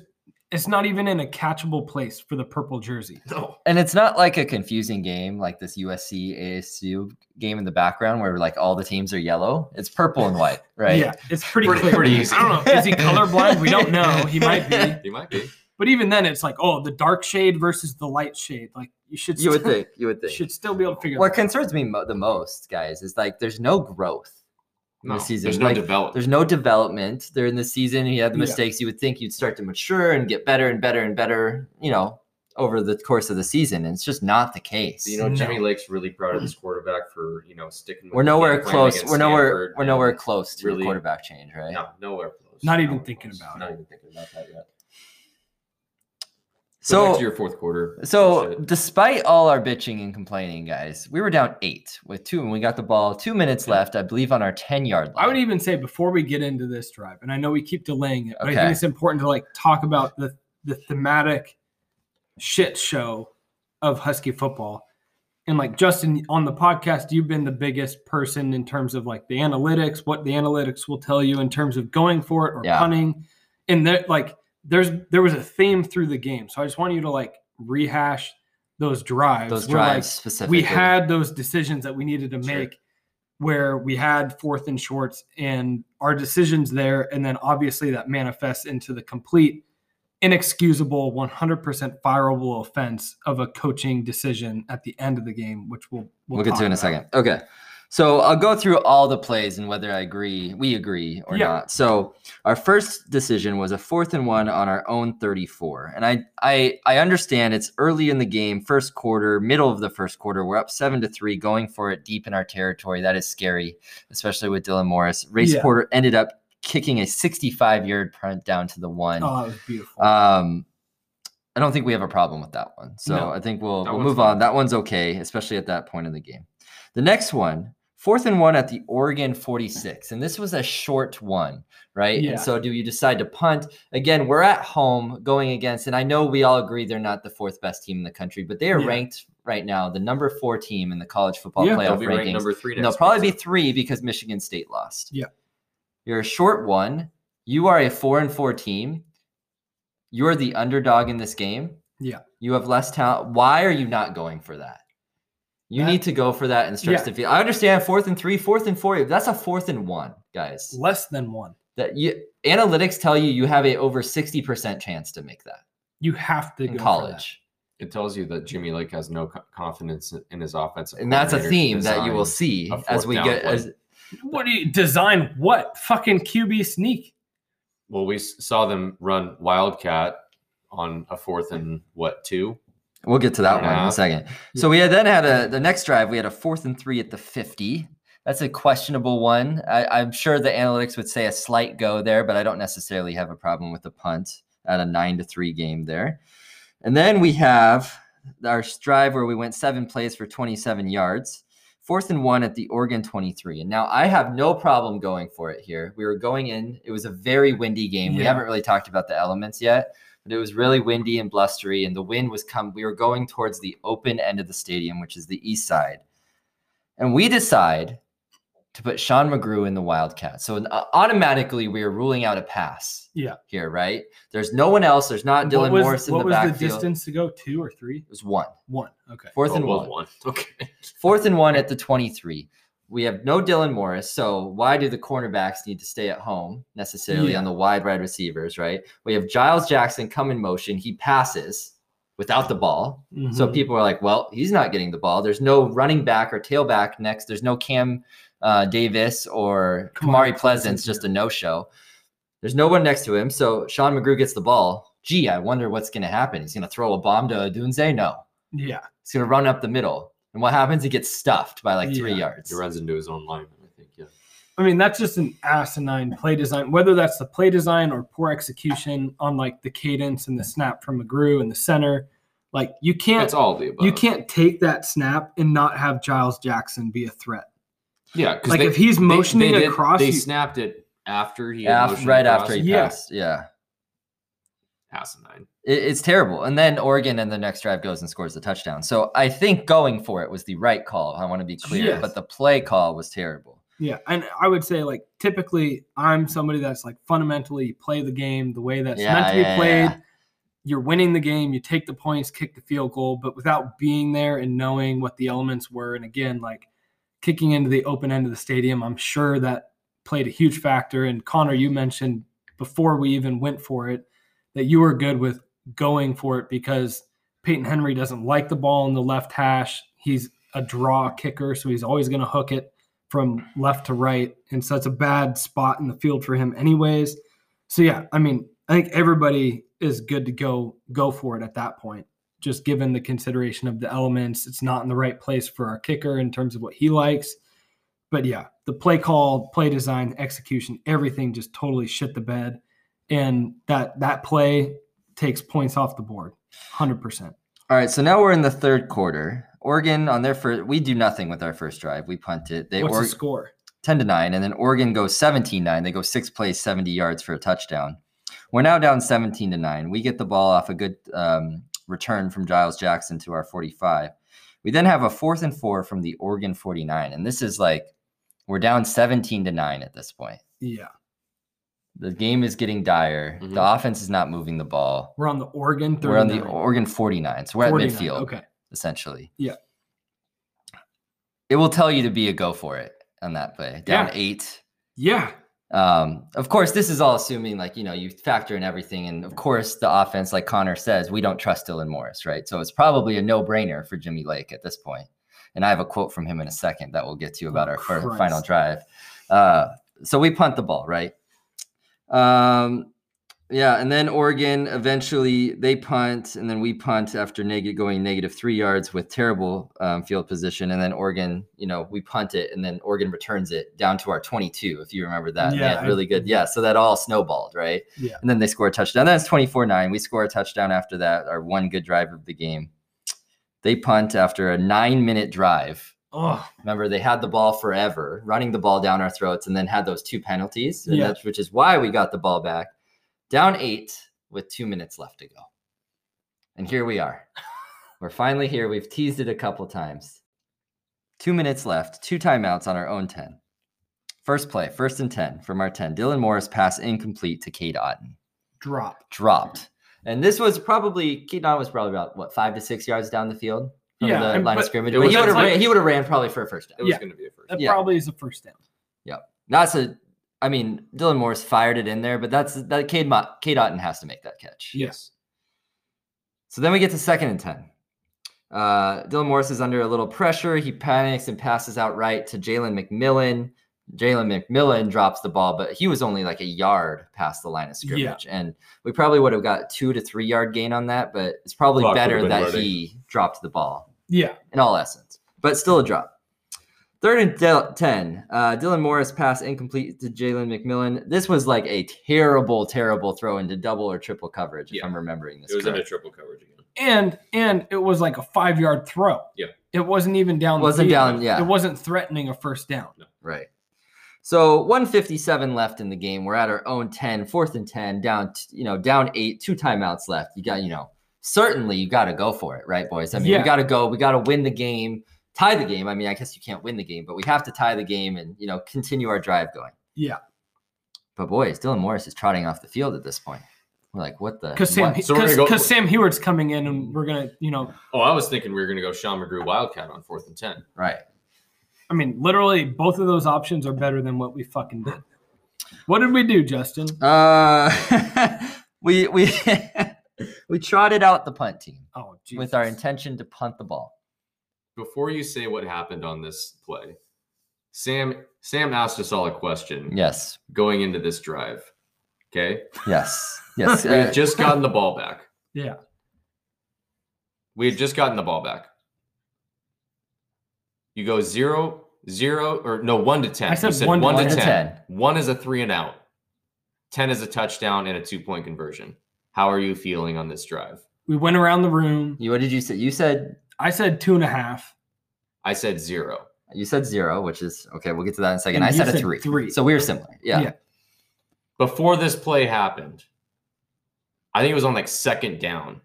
Speaker 2: it's not even in a catchable place for the purple jersey.
Speaker 4: no.
Speaker 5: and it's not like a confusing game like this USC ASU game in the background where like all the teams are yellow. It's purple and white, right?
Speaker 2: Yeah, it's pretty
Speaker 4: Pretty-
Speaker 2: clear.
Speaker 4: pretty easy.
Speaker 2: I don't know. Is he colorblind? We don't know. He might be.
Speaker 4: He might be.
Speaker 2: But even then, it's like, oh, the dark shade versus the light shade. Like you should.
Speaker 5: You would
Speaker 2: still,
Speaker 5: think. You would think.
Speaker 2: should still be able to figure.
Speaker 5: what
Speaker 2: that out.
Speaker 5: concerns me mo- the most, guys, is like there's no growth. in
Speaker 4: No,
Speaker 5: the season.
Speaker 4: there's no
Speaker 5: Like,
Speaker 4: development.
Speaker 5: There's no development. They're in the season. You had the
Speaker 2: Yeah.
Speaker 5: mistakes. You would think you'd start to mature and get better and better and better, you know, over the course of the season. And it's just not the case.
Speaker 4: You know,
Speaker 2: No.
Speaker 4: Jimmy Lake's really proud of this quarterback for you know sticking. With
Speaker 5: we're
Speaker 4: the
Speaker 5: nowhere
Speaker 4: game plan
Speaker 5: close.
Speaker 4: against
Speaker 5: We're nowhere.
Speaker 4: Stanford
Speaker 5: we're nowhere
Speaker 4: and-
Speaker 5: close to
Speaker 4: really-
Speaker 5: a quarterback change, right?
Speaker 4: No, nowhere close.
Speaker 2: Not even
Speaker 4: Nowhere
Speaker 2: thinking about
Speaker 4: Not
Speaker 2: it.
Speaker 4: even thinking about that yet. So back
Speaker 5: So
Speaker 4: to your fourth quarter.
Speaker 5: So,
Speaker 4: bullshit.
Speaker 5: despite all our bitching and complaining, guys, we were down eight with two, and we got the ball two minutes left, I believe, on our ten yard line.
Speaker 2: I would even say before we get into this drive, and I know we keep delaying it, but I
Speaker 5: Okay.
Speaker 2: think it's important to like talk about the the thematic shit show of Husky football. And like Justin on the podcast, you've been the biggest person in terms of like the analytics, what the analytics will tell you in terms of going for it or
Speaker 5: Yeah.
Speaker 2: punting. And that like there's there was a theme through the game. So I just want you to like rehash those drives.
Speaker 5: those
Speaker 2: where, like,
Speaker 5: drives specifically.
Speaker 2: we had those decisions that we needed to
Speaker 4: Sure.
Speaker 2: make where we had fourth and shorts and our decisions there and then obviously that manifests into the complete inexcusable 100% fireable offense of a coaching decision at the end of the game which we'll
Speaker 5: We'll, get
Speaker 2: talk
Speaker 5: to in a
Speaker 2: about.
Speaker 5: second. Okay. So I'll go through all the plays and whether I agree, we agree or
Speaker 2: Yeah.
Speaker 5: not. So our first decision was a fourth and one on our own 34. And I I I understand it's early in the game, first quarter, middle of the first quarter. We're up seven to three, going for it deep in our territory. That is scary, especially with Dylan Morris. Race
Speaker 2: Yeah.
Speaker 5: quarter ended up kicking a 65 yard punt down to the one.
Speaker 2: oh it was beautiful
Speaker 5: Um, I don't think we have a problem with that one. So
Speaker 2: No.
Speaker 5: I think we'll,
Speaker 4: That
Speaker 5: we'll
Speaker 4: one's
Speaker 5: move
Speaker 4: fine.
Speaker 5: on. That one's okay, especially at that point in the game. The next one, Fourth and one at the Oregon 46. And this was a short one, right?
Speaker 2: Yeah.
Speaker 5: And so do you decide to punt? Again, we're at home going against, and I know we all agree they're not the fourth best team in the country, but they are
Speaker 2: Yeah.
Speaker 5: ranked right now the number four team in the college football
Speaker 2: Yeah.
Speaker 4: They'll
Speaker 5: playoff
Speaker 4: be ranked
Speaker 5: rankings.
Speaker 4: number three next.
Speaker 5: And they'll probably
Speaker 4: week.
Speaker 5: be three because Michigan State lost.
Speaker 2: Yeah.
Speaker 5: You're a short one. You are a four and four team. You're the underdog in this game.
Speaker 2: Yeah.
Speaker 5: You have less talent. Why are you not going for that? You
Speaker 2: That-
Speaker 5: need to go for that and stretch
Speaker 2: Yeah.
Speaker 5: the field. I understand fourth and three, fourth and four. That's a fourth and one, guys.
Speaker 2: Less than one.
Speaker 5: That you analytics tell you you have a over 60% chance to make that
Speaker 2: You have to go
Speaker 5: in
Speaker 2: for that.
Speaker 5: college.
Speaker 4: It tells you that Jimmy Lake has no co- confidence in his offensive.
Speaker 5: And that's a
Speaker 4: coordinator to
Speaker 5: theme that you will
Speaker 4: design.
Speaker 5: see
Speaker 4: a
Speaker 5: as
Speaker 4: fourth
Speaker 5: we
Speaker 4: down
Speaker 5: get
Speaker 4: play.
Speaker 5: as
Speaker 2: What do you design? What fucking QB sneak?
Speaker 4: Well, we s- saw them run Wildcat on a fourth and what two?
Speaker 5: We'll get to that one in
Speaker 4: Yeah.
Speaker 5: a second. So we had then had a the next drive. We had a fourth and three at the fifty. That's a questionable one. I, I'm sure the analytics would say a slight go there, but I don't necessarily have a problem with the punt at a nine to three game there. And then we have our drive where we went seven plays for 27 yards. Fourth and one at the Oregon 23. And now I have no problem going for it here. We were going in. It was a very windy game. We
Speaker 2: Yeah.
Speaker 5: haven't really talked about the elements yet, but it was really windy and blustery. And the wind was come. We were going towards the open end of the stadium, which is the east side. And we decide to put Sean McGrew in the Wildcat. So uh, automatically we are ruling out a pass.
Speaker 2: Yeah.
Speaker 5: Here, right? There's no one else. There's not Dylan
Speaker 2: what was,
Speaker 5: Morris in
Speaker 2: what
Speaker 5: the
Speaker 2: was
Speaker 5: backfield.
Speaker 2: the distance to go? Two or three?
Speaker 5: It was one.
Speaker 2: One. Okay.
Speaker 5: Fourth
Speaker 4: Oh,
Speaker 5: and
Speaker 4: well,
Speaker 5: one.
Speaker 4: Okay.
Speaker 5: Fourth and one at the 23. We have no Dylan Morris, so why do the cornerbacks need to stay at home necessarily
Speaker 2: Yeah.
Speaker 5: on the wide wide receivers, right? We have Giles Jackson come in motion. He passes without the ball. So
Speaker 2: Mhm.
Speaker 5: people are like, well, he's not getting the ball. There's no running back or tailback next. There's no Cam uh, Davis or
Speaker 2: Kamari
Speaker 5: Kamari
Speaker 2: Pleasant,
Speaker 5: Pleasant's just a no show. There's no one next to him. So Sean McGrew gets the ball. Gee, I wonder what's going to happen. He's going to throw a bomb to Adunze? No.
Speaker 2: yeah.
Speaker 5: He's going to run up the middle. And what happens? He gets stuffed by like three
Speaker 2: Yeah.
Speaker 5: yards.
Speaker 4: He runs into his own line. I think. Yeah.
Speaker 2: I mean, that's just an asinine play design, whether that's the play design or poor execution on like the cadence and the snap from McGrew in the center. Like you can't
Speaker 4: It's all of the above.
Speaker 2: you can't take that snap and not have Giles Jackson be a threat.
Speaker 4: Yeah. 'cause
Speaker 2: Like
Speaker 4: they-
Speaker 2: if he's
Speaker 4: they-
Speaker 2: motioning
Speaker 4: they did-
Speaker 2: across
Speaker 4: they
Speaker 2: you-
Speaker 4: snapped it after he had
Speaker 5: Af-
Speaker 4: motioned
Speaker 5: right
Speaker 4: across.
Speaker 5: after he
Speaker 2: Yeah.
Speaker 5: passed. Yeah.
Speaker 4: asinine.
Speaker 5: It- it's terrible. And then Oregon and the next drive goes and scores the touchdown. So I think going for it was the right call. I want to be clear,
Speaker 2: Yes.
Speaker 5: but the play call was terrible.
Speaker 2: Yeah, and I would say like typically I'm somebody that's like fundamentally you play the game the way that's
Speaker 5: Yeah,
Speaker 2: meant to be
Speaker 5: yeah, yeah,
Speaker 2: played.
Speaker 5: yeah.
Speaker 2: You're winning the game, you take the points, kick the field goal, but without being there and knowing what the elements were and again like kicking into the open end of the stadium, I'm sure that played a huge factor and Connor you mentioned before we even went for it that you were good with going for it because Peyton Henry doesn't like the ball in the left hash. He's a draw kicker, so he's always going to hook it from left to right. And so it's a bad spot in the field for him, anyways. So yeah, I mean, I think everybody is good to go go for it at that point. Just given the consideration of the elements, it's not in the right place for our kicker in terms of what he likes. But yeah, the play call, play design, execution, everything just totally shit the bed. And that that play takes points off the board. Hundred percent.
Speaker 5: All right. So now we're in the third quarter. Oregon on their first, we do nothing with our first drive. We punt it. They
Speaker 2: What's
Speaker 5: or-
Speaker 2: the score?
Speaker 5: 10 to 9 and then Oregon goes 17-9 they go six plays 70 yards for a touchdown we're now down 17 to 9 we get the ball off a good um, return from Giles Jackson to our 45 we then have a fourth and four from the Oregon 49 and this is like we're down 17 to 9 at this point
Speaker 2: Yeah,
Speaker 5: the game is getting dire the
Speaker 4: Mhm.
Speaker 5: offense is not moving the ball
Speaker 2: we're on the Oregon. 39.
Speaker 5: we're on the Oregon 49 so we're at
Speaker 2: 49,
Speaker 5: midfield
Speaker 2: Okay.
Speaker 5: essentially.
Speaker 2: Yeah.
Speaker 5: It will tell you to be a go for it on that play. Down
Speaker 2: Yeah.
Speaker 5: 8
Speaker 2: Yeah.
Speaker 5: Um, of course, this is all assuming like you know you factor in everything, and of course the offense, like Connor says, we don't trust Dylan Morris, right? So it's probably a no-brainer for Jimmy Lake at this point. And I have a quote from him in a second that we'll get to about
Speaker 2: Oh,
Speaker 5: our fir-
Speaker 2: Christ.
Speaker 5: final drive. Uh, so we punt the ball, right? Um, yeah, and then Oregon eventually they punt, and then we punt after negative going negative three yards with terrible um, field position, and then Oregon, you know, we punt it, and then Oregon returns it down to our twenty-two. If you remember that,
Speaker 2: Yeah,
Speaker 5: yeah,
Speaker 2: I-
Speaker 5: really good, yeah. So that all snowballed, right?
Speaker 2: Yeah.
Speaker 5: And then they score a touchdown. That's twenty-four-nine. We score a touchdown after that. Our one good drive of the game. They punt after a nine-minute drive
Speaker 2: Oh,
Speaker 5: Remember, they had the ball forever, running the ball down our throats, and then had those two penalties, and
Speaker 2: Yeah.
Speaker 5: that's, which is why we got the ball back. Down eight with two minutes left to go. And here we are. We're finally here. We've teased it a couple times. Two minutes left, two timeouts on our own 10. First play, first and 10 from our 10. Dylan Morris pass incomplete to Kate Otten
Speaker 2: drop.
Speaker 5: dropped. And this was probably Keaton Allen was probably about what five to six yards down the field from
Speaker 2: Yeah,
Speaker 5: the
Speaker 2: and-
Speaker 5: line of
Speaker 2: but
Speaker 5: scrimmage.
Speaker 4: it
Speaker 5: But
Speaker 4: was-
Speaker 5: he would have
Speaker 4: that's
Speaker 5: ran, he would have ran probably for a first
Speaker 4: It
Speaker 5: down.
Speaker 4: was
Speaker 2: Yeah.
Speaker 4: going to be a first.
Speaker 2: That
Speaker 5: Yeah.
Speaker 2: probably is a first down.
Speaker 5: That's a, I mean, Dylan Morris fired it in there, but that's that Cade Mo- Cade Otten has to make that catch.
Speaker 2: Yes.
Speaker 5: So then we get to second and 10. Uh, Dylan Morris is under a little pressure. He panics and passes out right to Jalen McMillan. Jalen McMillan drops the ball, but he was only like a yard past the line of
Speaker 2: Yeah.
Speaker 5: scrimmage. And we probably would have got two to three yard gain on that, but it's probably
Speaker 4: Clock would've
Speaker 5: better
Speaker 4: been
Speaker 5: that
Speaker 4: running.
Speaker 5: he dropped the ball
Speaker 2: Yeah.
Speaker 5: in all essence, but still a drop. Third and del- 10, uh, Dylan Morris pass incomplete to Jalen McMillan. This was like a terrible, terrible throw into double or triple coverage, if
Speaker 4: Yeah.
Speaker 5: I'm remembering this
Speaker 4: It was
Speaker 5: correctly.
Speaker 4: in a triple coverage again.
Speaker 2: And and it was like a five yard throw.
Speaker 4: Yeah.
Speaker 2: It wasn't even down. the
Speaker 5: Wasn't
Speaker 2: field.
Speaker 5: down, yeah.
Speaker 2: It wasn't threatening a first down.
Speaker 5: Right. So 157 left in the game. We're at our own 10, fourth and 10, down, t- you know, down eight, two timeouts left. You got, you know, certainly you got to go for it, right, boys? I mean,
Speaker 2: Yeah.
Speaker 5: we got to go. We got to win the game, tie the game. I mean, I guess you can't win the game, but we have to tie the game and, you know, continue our drive going.
Speaker 2: Yeah.
Speaker 5: But boys, Dylan Morris is trotting off the field at this point. We're like, what the?
Speaker 2: Because Sam,
Speaker 5: what?
Speaker 4: So we're gonna
Speaker 2: because
Speaker 4: go-
Speaker 2: Sam Heward's coming in, and we're gonna, you know,
Speaker 4: Oh, I was thinking we were going to go Sean McGrew Wildcat on fourth and ten.
Speaker 5: Right.
Speaker 2: I mean, literally, both of those options are better than what we fucking did. What did we do, Justin?
Speaker 5: Uh, we, we, we trotted out the punt team
Speaker 2: Oh, Jesus.
Speaker 5: with our intention to punt the ball.
Speaker 4: Before you say what happened on this play, Sam Sam asked us all a question
Speaker 5: Yes.
Speaker 4: going into this drive. Okay,
Speaker 5: Yes. Yes.
Speaker 4: we had
Speaker 5: uh,
Speaker 4: just gotten the ball back.
Speaker 2: Yeah.
Speaker 4: We had just gotten the ball back. You go zero, zero, or no, one to ten.
Speaker 2: I said
Speaker 4: You
Speaker 2: one to
Speaker 4: one,
Speaker 5: ten.
Speaker 4: to
Speaker 5: One to
Speaker 4: 10.
Speaker 5: 10.
Speaker 4: One is a three and out. Ten is a touchdown and a two point conversion. How are you feeling on this drive?
Speaker 2: We went around the room.
Speaker 5: you, what did you say? You said
Speaker 2: I said two and a half.
Speaker 4: I said zero.
Speaker 5: you said zero, which is okay. We'll get to that in a second.
Speaker 2: And
Speaker 5: I
Speaker 2: you
Speaker 5: said a
Speaker 2: said
Speaker 5: three.
Speaker 2: three.
Speaker 5: So we were similar. Yeah.
Speaker 2: Yeah.
Speaker 4: Before this play happened, I think it was on like second down.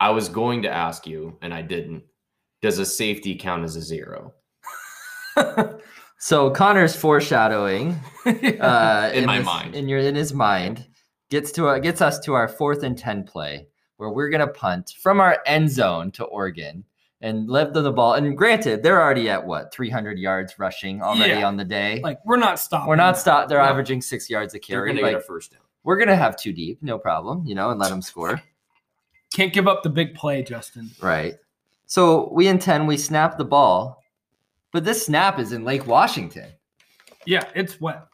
Speaker 4: I was going to ask you, and I didn't. Does a safety count as a zero?
Speaker 5: So Connor's foreshadowing uh,
Speaker 4: In my
Speaker 5: his-
Speaker 4: mind.
Speaker 5: in your in his mind, gets to our, gets us to our fourth and ten play where we're gonna punt from our end zone to Oregon and let them the ball. And granted, they're already at what three hundred yards rushing already
Speaker 2: Yeah.
Speaker 5: on the day.
Speaker 2: like we're not stopping.
Speaker 5: we're not stopped. They're
Speaker 4: No.
Speaker 5: averaging six yards a
Speaker 4: They're
Speaker 5: carry.
Speaker 4: going to
Speaker 5: like,
Speaker 4: get a first down.
Speaker 5: we're gonna have two deep, no problem. You know, and let them score.
Speaker 2: Can't give up the big play, Justin.
Speaker 5: Right. So we intend we snap the ball, but this snap is in Lake Washington.
Speaker 2: Yeah, it's wet.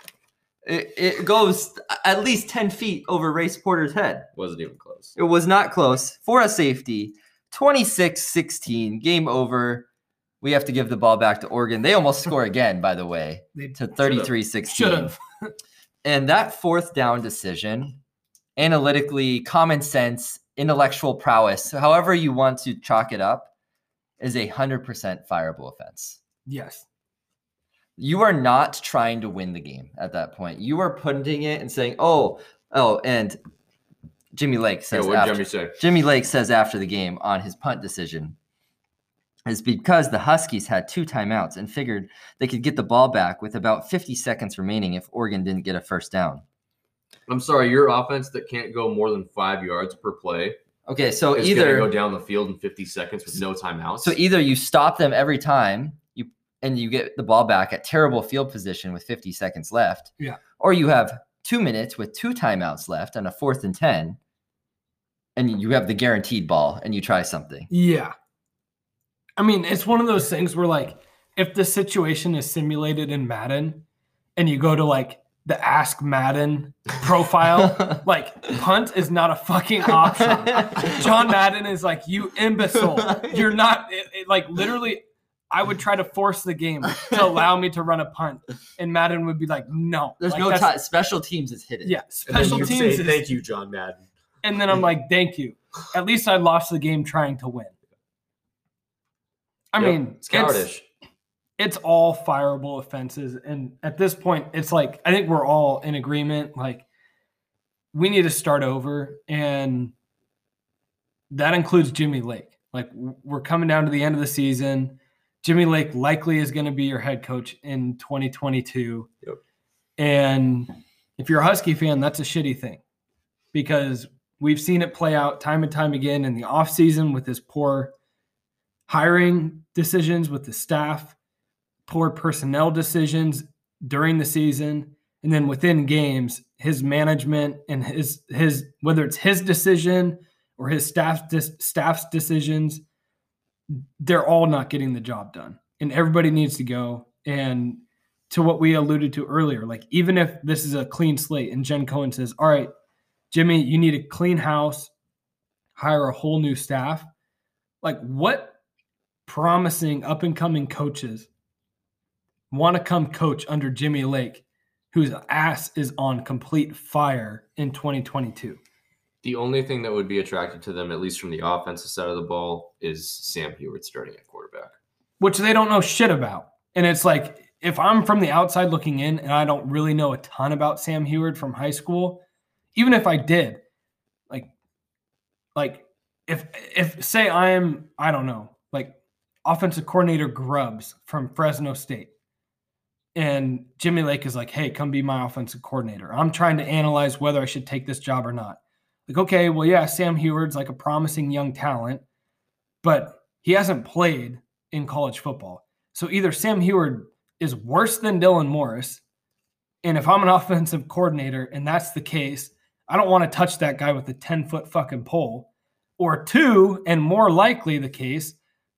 Speaker 5: It, it goes at least 10 feet over Race Porter's head.
Speaker 4: Wasn't even close.
Speaker 5: It was not close for a safety. 26 16, game over. We have to give the ball back to Oregon. They almost score again, by the way,
Speaker 2: They
Speaker 5: to 33 16.
Speaker 2: Should've.
Speaker 5: And that fourth down decision, analytically, common sense, intellectual prowess, however you want to chalk it up, is a 100% fireable offense.
Speaker 2: yes.
Speaker 5: you are not trying to win the game at that point. You are putting it and saying, "Oh, oh," and Jimmy Lake
Speaker 4: Yeah,
Speaker 5: says,
Speaker 4: what
Speaker 5: after,
Speaker 4: did Jimmy say?
Speaker 5: Jimmy Lake says after the game on his punt decision is because the Huskies had two timeouts and figured they could get the ball back with about 50 seconds remaining if Oregon didn't get a first down.
Speaker 4: I'm sorry, your offense that can't go more than five yards per play
Speaker 5: Okay, so
Speaker 4: is going to
Speaker 5: either
Speaker 4: go down the field in 50 seconds with no timeouts.
Speaker 5: So e- either you stop them every time you and you get the ball back at terrible field position with 50 seconds left.
Speaker 2: Yeah.
Speaker 5: Or you have two minutes with two timeouts left on a fourth and 10, and you have the guaranteed ball and you try something.
Speaker 2: Yeah. I mean, it's one of those things where like if the situation is simulated in Madden and you go to like the Ask Madden profile, like punt is not a fucking option. John Madden is like, you imbecile. You're not it- it- like literally. I would try to force the game to allow me to run a punt, and Madden would be like, "No,
Speaker 5: There's
Speaker 2: Like,
Speaker 5: no
Speaker 2: that's-
Speaker 5: time. Special teams is hidden.
Speaker 2: Yeah, special teams. is-
Speaker 6: you, John Madden.
Speaker 2: and then I'm like, "Thank you. At least I lost the game trying to win." I
Speaker 4: Yep,
Speaker 2: mean,
Speaker 4: it's cowardish.
Speaker 2: it's all fireable offenses. And at this point, it's like I think we're all in agreement. Like we need to start over, and that includes Jimmy Lake. Like w- we're coming down to the end of the season. Jimmy Lake likely is going to be your head coach in 2022.
Speaker 4: Yep.
Speaker 2: And if you're a Husky fan, that's a shitty thing because we've seen it play out time and time again in the offseason with his poor hiring decisions with the staff, poor personnel decisions during the season, and then within games, his management and his his whether it's his decision or his staff dis, staff's decisions, they're all not getting the job done, and everybody needs to go. And to what we alluded to earlier, like even if this is a clean slate, and Jen Cohen says, "All right, Jimmy, you need a clean house, hire a whole new staff." Like what promising up and coming coaches want to come coach under Jimmy Lake, whose ass is on complete fire in 2022.
Speaker 4: The only thing that would be attracted to them, at least from the offensive side of the ball, is Sam Heward starting at quarterback.
Speaker 2: which they don't know shit about. And it's like, if I'm from the outside looking in and I don't really know a ton about Sam Heward from high school, even if I did, like, like if if say I am, I don't know, like offensive coordinator Grubbs from Fresno State, and Jimmy Lake is like, hey, come be my offensive coordinator. I'm trying to analyze whether I should take this job or not. Like, okay, well, yeah, Sam Heward's like a promising young talent, but he hasn't played in college football. So either Sam Heward is worse than Dylan Morris, and if I'm an offensive coordinator and that's the case, I don't want to touch that guy with a 10 foot fucking pole. Or two, and more likely the case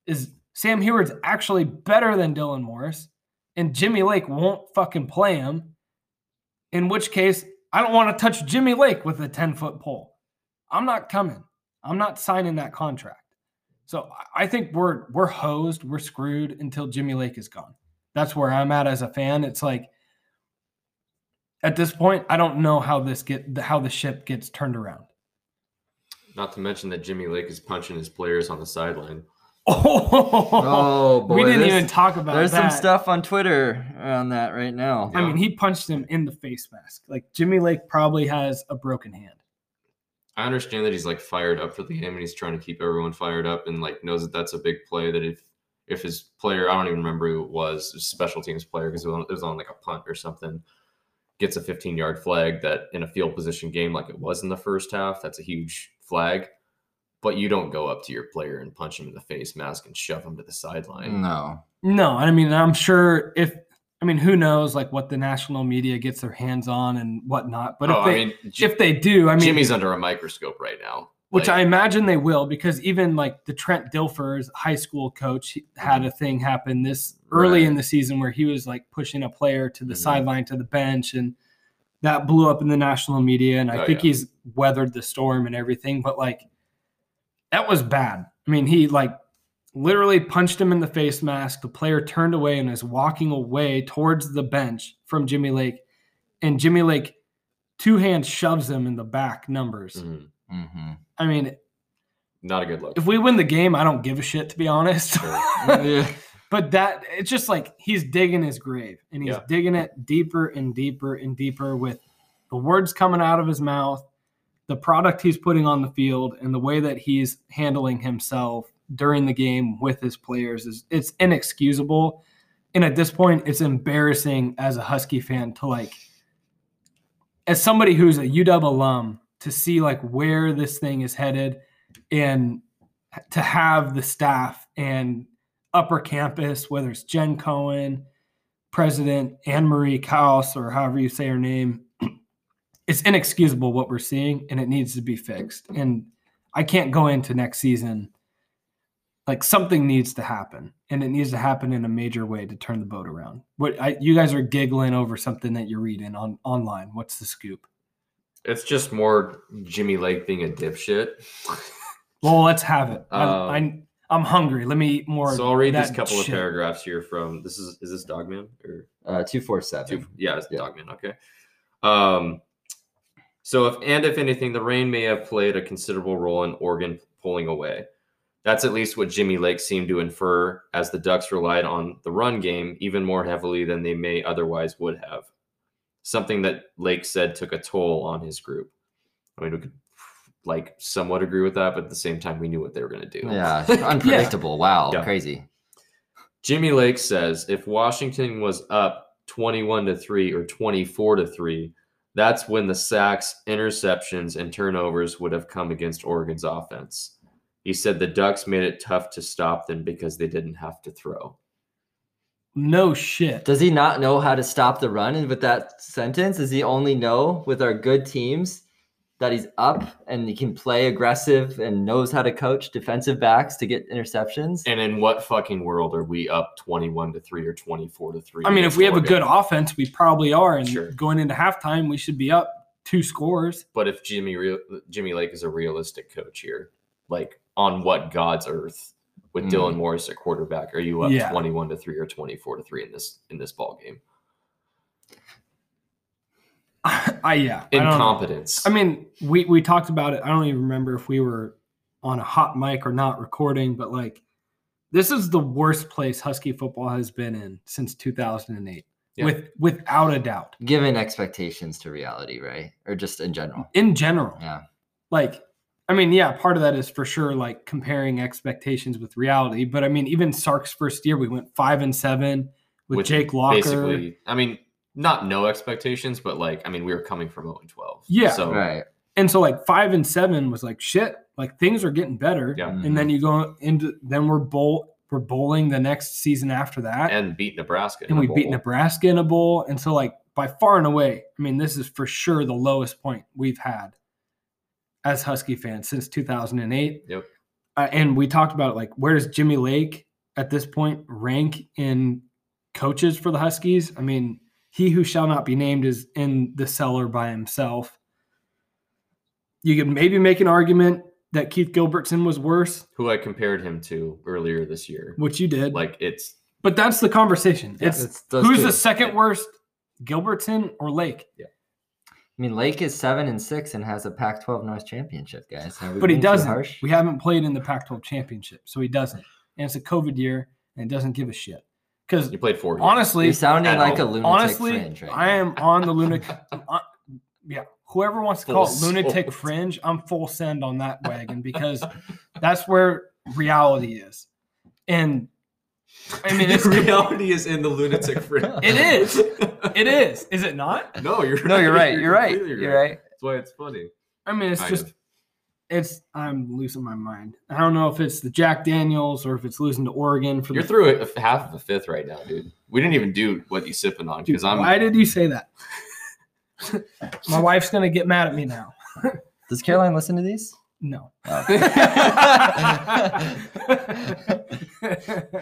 Speaker 2: is Sam Heward's actually better than Dylan Morris, and Jimmy Lake won't fucking play him. In which case, I don't want to touch Jimmy Lake with a 10 foot pole. I'm not coming. I'm not signing that contract. So I- I think we're we're hosed, we're screwed until Jimmy Lake is gone. That's where I'm at as a fan. It's like at this point, I don't know how this get how the ship gets turned around.
Speaker 4: Not to mention that Jimmy Lake is punching his players on the sideline.
Speaker 2: Oh,
Speaker 5: Oh boy,
Speaker 2: we didn't
Speaker 5: there's,
Speaker 2: even talk about
Speaker 5: there's
Speaker 2: that.
Speaker 5: some stuff on Twitter on that right now.
Speaker 2: I mean, he punched him in the face mask. Like Jimmy Lake probably has a broken hand.
Speaker 4: I understand that he's like fired up for the game and he's trying to keep everyone fired up and like knows that that's a big play. That if if his player, I don't even remember who it was, it was a special teams player because it was on- it was on like a punt or something, gets a 15 yard flag that in a field position game like it was in the first half, that's a huge flag. But you don't go up to your player and punch him in the face mask and shove him to the
Speaker 2: Mm.
Speaker 4: sideline.
Speaker 5: no,
Speaker 2: No, I mean, I'm sure if I mean, who knows, like what the national media gets their hands on and whatnot. But
Speaker 4: oh,
Speaker 2: if they
Speaker 4: I mean, Ji-
Speaker 2: if they do, I mean,
Speaker 4: Jimmy's under a microscope right now.
Speaker 2: which
Speaker 4: Like,
Speaker 2: I imagine they will, because even like the Trent Dilfer's high school coach he- had a thing happen this early
Speaker 4: Mm-hmm. Right.
Speaker 2: in the season where he was like pushing a player to the
Speaker 4: Mhm.
Speaker 2: sideline to the bench, and that blew up in the national media. And I
Speaker 4: Oh,
Speaker 2: think
Speaker 4: yeah.
Speaker 2: he's weathered the storm and everything, but like that was bad. I mean, he like literally punched him in the face mask. The player turned away and is walking away towards the bench from Jimmy Lake, and Jimmy Lake two hands shoves him in the back numbers.
Speaker 4: mhm,
Speaker 5: hmm
Speaker 2: I mean,
Speaker 4: not a good look.
Speaker 2: if we win the game, I don't give a shit to be honest.
Speaker 5: yeah.
Speaker 2: but that it's just like he's digging his grave and he's
Speaker 4: Yeah.
Speaker 2: digging it deeper and deeper and deeper with the words coming out of his mouth, the product he's putting on the field, and the way that he's handling himself during the game with his players is it's inexcusable. And at this point, it's embarrassing as a Husky fan to like as somebody who's a UW alum to see like where this thing is headed and to have the staff and upper campus, whether it's Jen Cohen, President Anne Marie Kaus, or however you say her name, it's inexcusable what we're seeing and it needs to be fixed. And I can't go into next season. Like something needs to happen, and it needs to happen in a major way to turn the boat around. What I, you guys are giggling over something that you're reading on online? What's the scoop?
Speaker 4: It's just more Jimmy Lake being a dipshit.
Speaker 2: Well, let's have it. I'm,
Speaker 4: Um,
Speaker 2: I'm, I'm hungry. Let me eat more.
Speaker 4: So I'll read
Speaker 2: that
Speaker 4: this couple of
Speaker 2: shit.
Speaker 4: paragraphs here from this is is this Dogman or
Speaker 5: Uh, two four seven.
Speaker 4: two, yeah, it's
Speaker 5: Yeah.
Speaker 4: Dogman, okay. Um so if and if anything, the rain may have played a considerable role in Oregon pulling away. That's at least what Jimmy Lake seemed to infer, as the Ducks relied on the run game even more heavily than they may otherwise would have. Something that Lake said took a toll on his group. I mean, we could like somewhat agree with that, but at the same time, we knew what they were going to do.
Speaker 5: Yeah, unpredictable. Wow,
Speaker 4: Yeah.
Speaker 5: crazy.
Speaker 4: Jimmy Lake says if Washington was up 21 to 3 or 24 to 3, that's when the sacks, interceptions, and turnovers would have come against Oregon's offense. He said the Ducks made it tough to stop them because they didn't have to throw.
Speaker 2: No shit.
Speaker 5: Does he not know how to stop the run? And with that sentence, does he only know with our good teams that he's up and he can play aggressive and knows how to coach defensive backs to get interceptions?
Speaker 4: And in what fucking world are we up 21 to 3 or 24 to 3?
Speaker 2: I mean, if we have a good offense, we probably are. And
Speaker 4: Sure.
Speaker 2: going into halftime, we should be up two scores.
Speaker 4: but if Jimmy real, Jimmy Lake is a realistic coach here, like on what God's earth with
Speaker 5: Mm.
Speaker 4: Dylan Morris at quarterback, are you up
Speaker 2: Hmm. Yeah.
Speaker 4: twenty-one to three or twenty-four to three in this in this ball game?
Speaker 2: I yeah. I don't know.
Speaker 4: Incompetence.
Speaker 2: I mean, we we talked about it. I don't even remember if we were on a hot mic or not recording, but like this is the worst place Husky football has been in since 2008.
Speaker 4: Yeah.
Speaker 2: With without a doubt.
Speaker 5: Given expectations to reality, right? Or just in general.
Speaker 2: In general.
Speaker 5: Yeah.
Speaker 2: Like I mean, yeah, part of that is for sure like comparing expectations with reality, but I mean, even Sark's first year we went 5 and 7 with,
Speaker 4: With
Speaker 2: Jake Locker.
Speaker 4: basically, I mean, not no expectations, but like, I mean, we were coming from zero and twelve.
Speaker 2: Yeah.
Speaker 4: So
Speaker 5: Right.
Speaker 2: And so like 5 and 7 was like shit, like things are getting better.
Speaker 4: Yeah.
Speaker 5: Mm-hmm.
Speaker 2: And then you go into then we're bowl we're bowling the next season after that.
Speaker 4: and beat Nebraska. in
Speaker 2: and
Speaker 4: a
Speaker 2: we beat
Speaker 4: bowl.
Speaker 2: Nebraska in a bowl. And so, like, by far and away, I mean, this is for sure the lowest point we've had as Husky fans since 2008.
Speaker 4: Yep.
Speaker 2: Uh, and we talked about, like, where does Jimmy Lake at this point rank in coaches for the Huskies? I mean, he who shall not be named is in the cellar by himself. You could maybe make an argument that Keith Gilbertson was worse,
Speaker 4: who I compared him to earlier this year.
Speaker 2: which you did.
Speaker 4: Like it's
Speaker 2: but that's the conversation. it's
Speaker 5: It's those
Speaker 2: Who's
Speaker 5: two.
Speaker 2: the second worst, Gilbertson or Lake?
Speaker 5: I mean, Lake is seven and six and has a Pac-12 North Championship, guys. Are we
Speaker 2: But he
Speaker 5: being too
Speaker 2: doesn't.
Speaker 5: harsh?
Speaker 2: We haven't played in the Pac-12 championship, so he doesn't. And it's a COVID year, and doesn't give a shit. Because
Speaker 4: you played four. games.
Speaker 5: You're
Speaker 2: honestly,
Speaker 5: sounding
Speaker 4: at
Speaker 5: like a
Speaker 4: home.
Speaker 5: lunatic
Speaker 2: honestly,
Speaker 5: fringe, right?
Speaker 2: I am on the lunatic. on- yeah, whoever wants to
Speaker 4: Full
Speaker 2: call it lunatic
Speaker 4: send.
Speaker 2: fringe, I'm full send on that wagon because that's where reality is. And I mean, it's
Speaker 4: reality is in the lunatic fringe.
Speaker 2: It is. It is. Is it not?
Speaker 4: No, you're
Speaker 5: No, you're right. You're right.
Speaker 4: completely
Speaker 5: You're right.
Speaker 4: That's why it's funny.
Speaker 2: I mean, it's
Speaker 4: Kind
Speaker 2: just
Speaker 4: of.
Speaker 2: it's. I'm losing my mind. I don't know if it's the Jack Daniels or if it's losing to Oregon for
Speaker 4: You're
Speaker 2: the
Speaker 4: through a, a half of a fifth right now, dude. We didn't even do what you sipping on
Speaker 2: Dude,
Speaker 4: because I'm.
Speaker 2: Why did you say that? My wife's gonna get mad at me now.
Speaker 5: Does Caroline listen to these? Oh.
Speaker 2: No.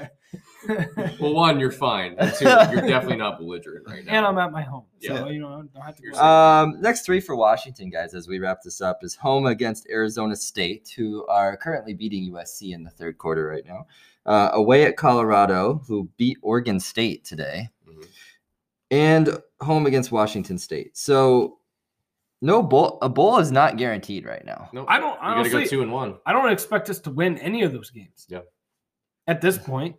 Speaker 4: well, one, you're fine. And two, you're definitely not belligerent right now.
Speaker 2: and I'm at my home, so
Speaker 4: Yeah.
Speaker 2: you know I don't have to. Go.
Speaker 5: Um, next three for Washington, guys, as we wrap this up, is home against Arizona State, who are currently beating USC in the third quarter right now. Uh, away at Colorado, who beat Oregon State today,
Speaker 4: Mhm.
Speaker 5: and home against Washington State. So, no bowl. A bowl is not guaranteed right now.
Speaker 4: Nope.
Speaker 2: I don't
Speaker 4: You gotta go
Speaker 2: honestly.
Speaker 4: two and one.
Speaker 2: I don't expect us to win any of those games.
Speaker 4: Yeah.
Speaker 2: At this point,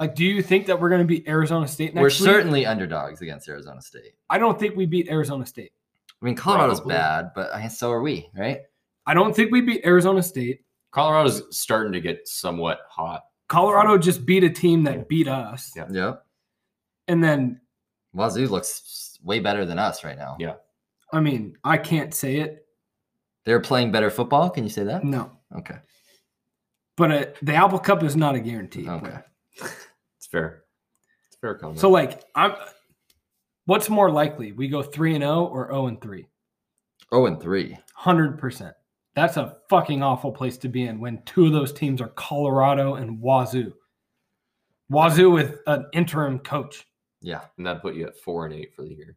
Speaker 2: like, do you think that we're gonna beat Arizona State next
Speaker 5: We're
Speaker 2: week?
Speaker 5: certainly underdogs against Arizona State.
Speaker 2: I don't think we beat Arizona State.
Speaker 5: I mean, Colorado's
Speaker 4: Probably.
Speaker 5: bad, but I- so are we, right?
Speaker 2: I don't think we beat Arizona State.
Speaker 4: Colorado's starting to get somewhat hot.
Speaker 2: Colorado just beat a team that beat us,
Speaker 4: Yeah.
Speaker 5: Yep.
Speaker 2: and then
Speaker 5: Wazoo looks way better than us right now.
Speaker 4: Yeah.
Speaker 2: I mean I can't say it.
Speaker 5: They're playing better football. Can you say that?
Speaker 2: No,
Speaker 5: Okay.
Speaker 2: but uh, the Apple Cup is not a guarantee.
Speaker 5: Okay.
Speaker 4: It's fair. It's a fair comment.
Speaker 2: So like I'm what's more likely? We go 3 and 0 or 0 and 3?
Speaker 5: Oh, and three.
Speaker 2: 100%. That's a fucking awful place to be in when two of those teams are Colorado and Wazoo. Wazoo with an interim coach.
Speaker 5: Yeah.
Speaker 4: and that put you at four and eight for the year.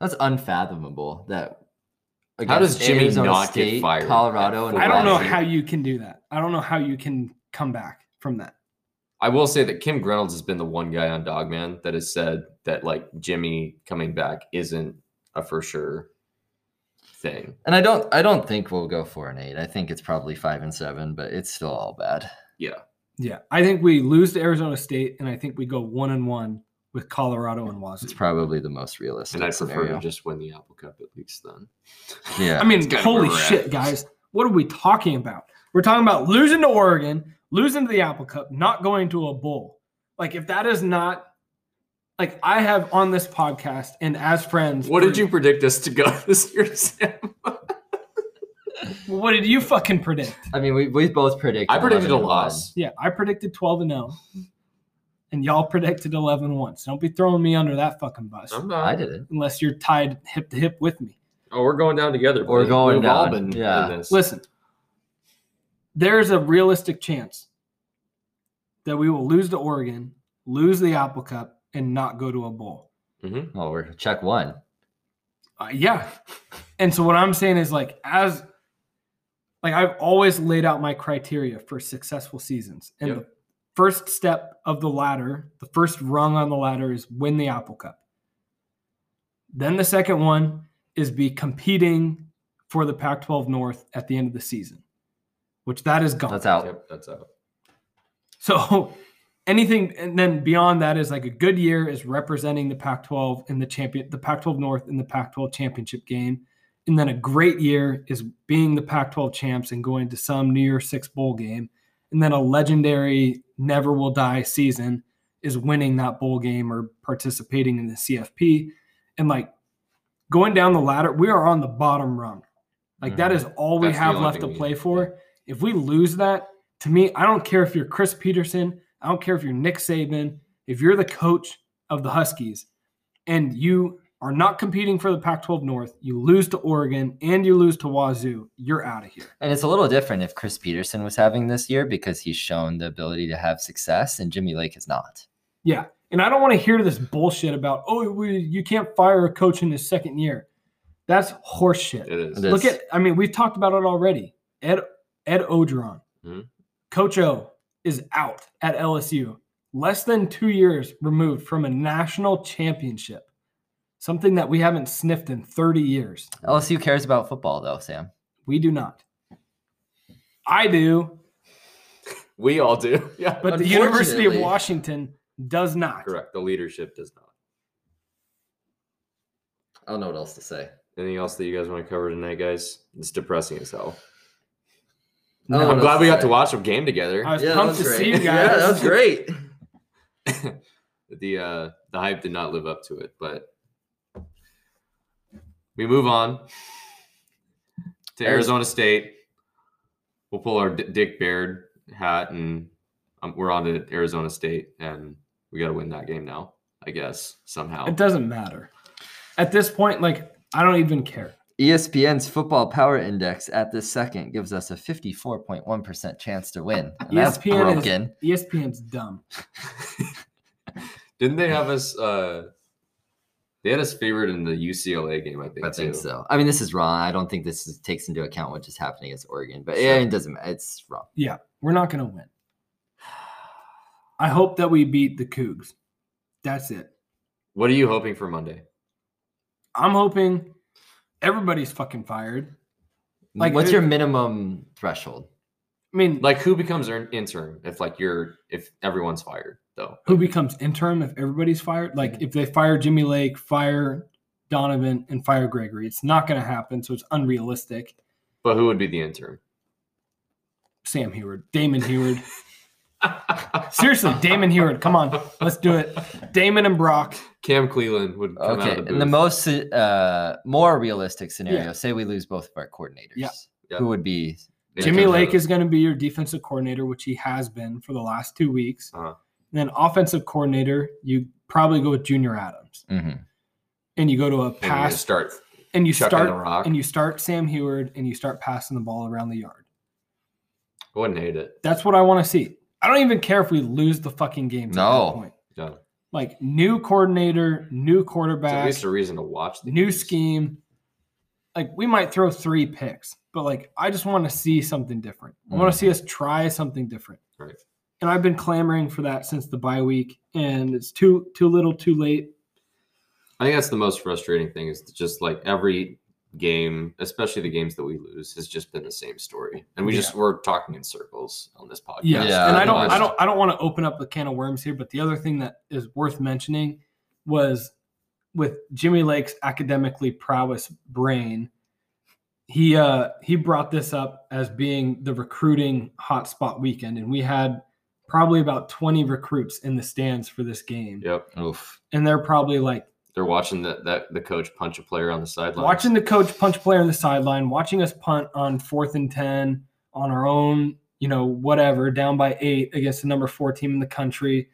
Speaker 5: That's unfathomable. That.
Speaker 4: does
Speaker 5: against
Speaker 4: Jimmy not get fired?
Speaker 5: Colorado and
Speaker 2: I don't know
Speaker 5: Wazoo.
Speaker 2: how you can do that. I don't know how you can come back from that.
Speaker 4: I will say that Kim Reynolds has been the one guy on Dogman that has said that like Jimmy coming back isn't a for sure thing.
Speaker 5: And I don't I don't think we'll go four and eight. I think it's probably five and seven, but it's still all bad.
Speaker 2: Yeah, I think we lose to Arizona State, and I think we go one and one with Colorado and Wazoo.
Speaker 5: It's probably the most realistic
Speaker 4: And I prefer
Speaker 5: scenario.
Speaker 4: to just win the Apple Cup at least then.
Speaker 5: yeah.
Speaker 2: I mean,
Speaker 4: That's kinda
Speaker 2: holy
Speaker 4: where we're at.
Speaker 2: shit, guys! What are we talking about? We're talking about losing to Oregon, losing to the Apple Cup, not going to a bowl. Like, if that is not like I have on this podcast and as friends,
Speaker 4: What did you predict us to go this year, Sam?
Speaker 2: What did you fucking predict?
Speaker 5: I mean, we, we both predicted.
Speaker 4: I predicted a
Speaker 5: 11 and
Speaker 4: loss.
Speaker 2: Yeah, I predicted 12 and 0. And y'all predicted 11 once. Don't be throwing me under that fucking bus.
Speaker 4: I'm
Speaker 5: 11.
Speaker 4: not.
Speaker 5: I didn't.
Speaker 2: Unless you're tied hip to hip with me.
Speaker 4: Oh, we're going down together.
Speaker 5: We're
Speaker 4: buddy.
Speaker 5: going
Speaker 4: We've all
Speaker 5: down.
Speaker 4: been in
Speaker 5: Yeah.
Speaker 4: this.
Speaker 2: Listen, there's a realistic chance that we will lose to Oregon, lose the Apple Cup, and not go to a bowl.
Speaker 5: Well, we're check one.
Speaker 2: Uh, yeah. And so what I'm saying is like as like I've always laid out my criteria for successful seasons. And
Speaker 4: Yep.
Speaker 2: the first step of the ladder, the first rung on the ladder is win the Apple Cup. Then the second one is be competing for the Pac-12 North at the end of the season, which that is gone.
Speaker 5: That's out.
Speaker 4: Yep, that's out.
Speaker 2: So anything and then beyond that is like a good year is representing the Pac-12 in the champion the Pac-12 North in the Pac-12 championship game. And then a great year is being the Pac-12 champs and going to some New Year Six bowl game. And then a legendary never will die season is winning that bowl game or participating in the CFP. And like going down the ladder, we are on the bottom rung. Like that
Speaker 5: Mhm.
Speaker 2: is all we
Speaker 4: That's the
Speaker 2: have
Speaker 4: only
Speaker 2: left to
Speaker 4: thing we-
Speaker 2: play for. If we lose that, to me, I don't care if you're Chris Peterson, I don't care if you're Nick Saban, if you're the coach of the Huskies and you are not competing for the Pac 12 North, you lose to Oregon and you lose to Wazoo, you're out of here.
Speaker 5: And it's a little different if Chris Peterson was having this year because he's shown the ability to have success, and Jimmy Lake is not.
Speaker 2: And I don't want to hear this bullshit about, oh, we, you can't fire a coach in his second year. That's horseshit.
Speaker 4: It is.
Speaker 5: It is.
Speaker 2: Look at, I mean, we've talked about it already. Ed Ed Ogeron,
Speaker 4: Mhm.
Speaker 2: Coach O is out at LSU, less than two years removed from a national championship, something that we haven't sniffed in 30 years.
Speaker 5: LSU cares about football, though, Sam.
Speaker 2: We do not. I do,
Speaker 4: We all do. Yeah.
Speaker 2: but the University of
Speaker 5: Unfortunately.
Speaker 2: Washington does not.
Speaker 4: Correct. The leadership does not.
Speaker 5: I don't know what else to say.
Speaker 4: Anything else that you guys want to cover tonight, guys? It's depressing as hell.
Speaker 5: No,
Speaker 4: I'm
Speaker 5: that's
Speaker 4: glad we got
Speaker 5: right.
Speaker 4: to watch a game together.
Speaker 2: I was
Speaker 5: that
Speaker 2: pumped
Speaker 5: was
Speaker 2: to
Speaker 5: great.
Speaker 2: see you guys.
Speaker 5: Yeah, that was great.
Speaker 4: the uh the hype did not live up to it, but we move on to
Speaker 5: Ari-
Speaker 4: Arizona State. We'll pull our D- Dick Baird hat, and um, we're on to Arizona State, and we got to win that game now, I guess somehow.
Speaker 2: It doesn't matter. At this point, like, I don't even care.
Speaker 5: E ESPN's Football Power Index at this second gives us a 54.1% chance to win. And that's
Speaker 2: ESPN is-
Speaker 5: broken.
Speaker 2: ESPN's dumb.
Speaker 4: Didn't they have us? uh They had us favored in the UCLA game, I think.
Speaker 5: I think
Speaker 4: too.
Speaker 5: so. I mean, this is wrong. I don't think this is, takes into account what just happened against Oregon, but yeah,
Speaker 4: Sure.
Speaker 5: it doesn't. ma- It's wrong.
Speaker 2: We're not going to win. I hope that we beat the Cougs. That's it.
Speaker 4: What are you hoping for Monday?
Speaker 2: I'm hoping everybody's fucking fired. Like, uh,
Speaker 5: Like, what's
Speaker 2: it-
Speaker 5: your minimum threshold?
Speaker 2: I mean, like,
Speaker 4: Like, who becomes an interim if like you're if everyone's fired though?
Speaker 2: who becomes interim if everybody's fired? Like, if they fire Jimmy Lake, fire Donovan, and fire Gregory, it's not going to happen. So it's unrealistic.
Speaker 4: But who would be the interim?
Speaker 2: Sam Heward, Damon Heward. Seriously, Damon Heward. Come on, let's do it. Damon and Brock.
Speaker 4: Cam Cleland would come
Speaker 5: Okay,
Speaker 4: out of the,
Speaker 5: and the
Speaker 4: booth.
Speaker 5: most uh, more realistic scenario, say we lose both of our coordinators,
Speaker 2: Yeah.
Speaker 4: Yeah.
Speaker 5: who would be
Speaker 4: They
Speaker 2: Jimmy
Speaker 4: come out
Speaker 2: Lake
Speaker 4: of-
Speaker 2: is going to be your defensive coordinator, which he has been for the last two weeks.
Speaker 4: Uh-huh.
Speaker 2: Then offensive coordinator, you probably go with Junior Adams,
Speaker 5: Mhm.
Speaker 2: and you go to a
Speaker 4: and you're gonna
Speaker 2: pass,
Speaker 4: Start
Speaker 2: and you
Speaker 4: chucking
Speaker 2: start
Speaker 4: the rock.
Speaker 2: and you start Sam Heward, and you start passing the ball around the yard.
Speaker 4: I wouldn't hate it.
Speaker 2: That's what I want to see. I don't even care if we lose the fucking game. At
Speaker 5: No.
Speaker 2: that point.
Speaker 4: No.
Speaker 2: Like new coordinator, new
Speaker 4: It's at
Speaker 2: quarterback,
Speaker 4: least a reason to watch the
Speaker 2: new
Speaker 4: games.
Speaker 2: scheme. Like we might throw three picks, but like I just want to see something different. I
Speaker 4: Mm.
Speaker 2: want to see us try something different.
Speaker 4: Right.
Speaker 2: And I've been clamoring for that since the bye week, and it's too too little, too late.
Speaker 4: I think that's the most frustrating thing is just like every game, especially the games that we lose, has just been the same story. And we just we're talking in circles on this podcast.
Speaker 2: Yes.
Speaker 5: Yeah,
Speaker 2: and I don't
Speaker 5: otherwise-
Speaker 2: I don't I don't want to open up a can of worms here, but the other thing that is worth mentioning was with Jimmy Lake's academically prowess brain, he uh he brought this up as being the recruiting hotspot weekend, and we had probably about 20 recruits in the stands for this game.
Speaker 4: Yep.
Speaker 5: Oof.
Speaker 2: And they're probably like
Speaker 4: They're watching that that the coach punch a player on the sideline.
Speaker 2: watching the coach punch a player on the sideline, watching us punt on fourth and 10 on our own, you know, whatever, down by eight against the number four team in the country.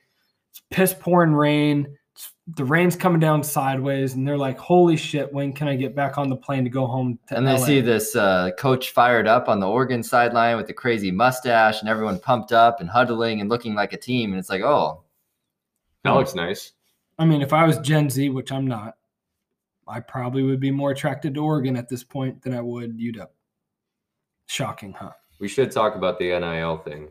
Speaker 2: It's piss pouring rain. It's, the rain's coming down sideways. And they're like, holy shit, when can I get back on the plane to go home? To
Speaker 5: And they
Speaker 2: LA?
Speaker 5: see this uh, coach fired up on the Oregon sideline with the crazy mustache and everyone pumped up and huddling and looking like a team. And it's like, oh,
Speaker 4: that looks nice.
Speaker 2: I mean, if I was Gen Z, which I'm not, I probably would be more attracted to Oregon at this point than I would UW. Shocking, huh?
Speaker 4: We should talk about the NIL thing.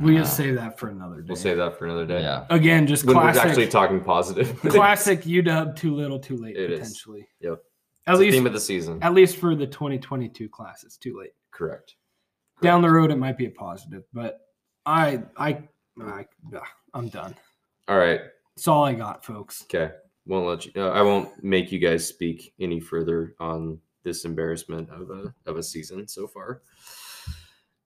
Speaker 2: We'll
Speaker 5: Yeah.
Speaker 2: save that for another day.
Speaker 4: We'll save that for another day.
Speaker 5: yeah.
Speaker 2: Again, just
Speaker 4: When
Speaker 2: classic.
Speaker 4: we're actually talking positive.
Speaker 2: classic UW too little too late
Speaker 4: It is.
Speaker 2: potentially.
Speaker 4: Yep.
Speaker 2: At
Speaker 4: It's the
Speaker 2: least
Speaker 4: theme of the season.
Speaker 2: at least for the 2022 class it's too late.
Speaker 4: Correct.
Speaker 2: Down the road it might be a positive, but I I, I ugh, I'm done.
Speaker 4: All right.
Speaker 2: That's all I got, folks.
Speaker 4: Okay. Won't let you. Uh, I won't make you guys speak any further on this embarrassment of a of a season so far.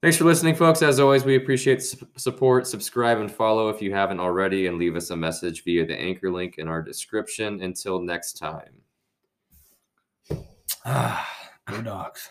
Speaker 4: Thanks for listening, folks. As always, we appreciate su- support. Subscribe and follow if you haven't already, and leave us a message via the anchor link in our description. Until next time.
Speaker 2: Ah, go dogs.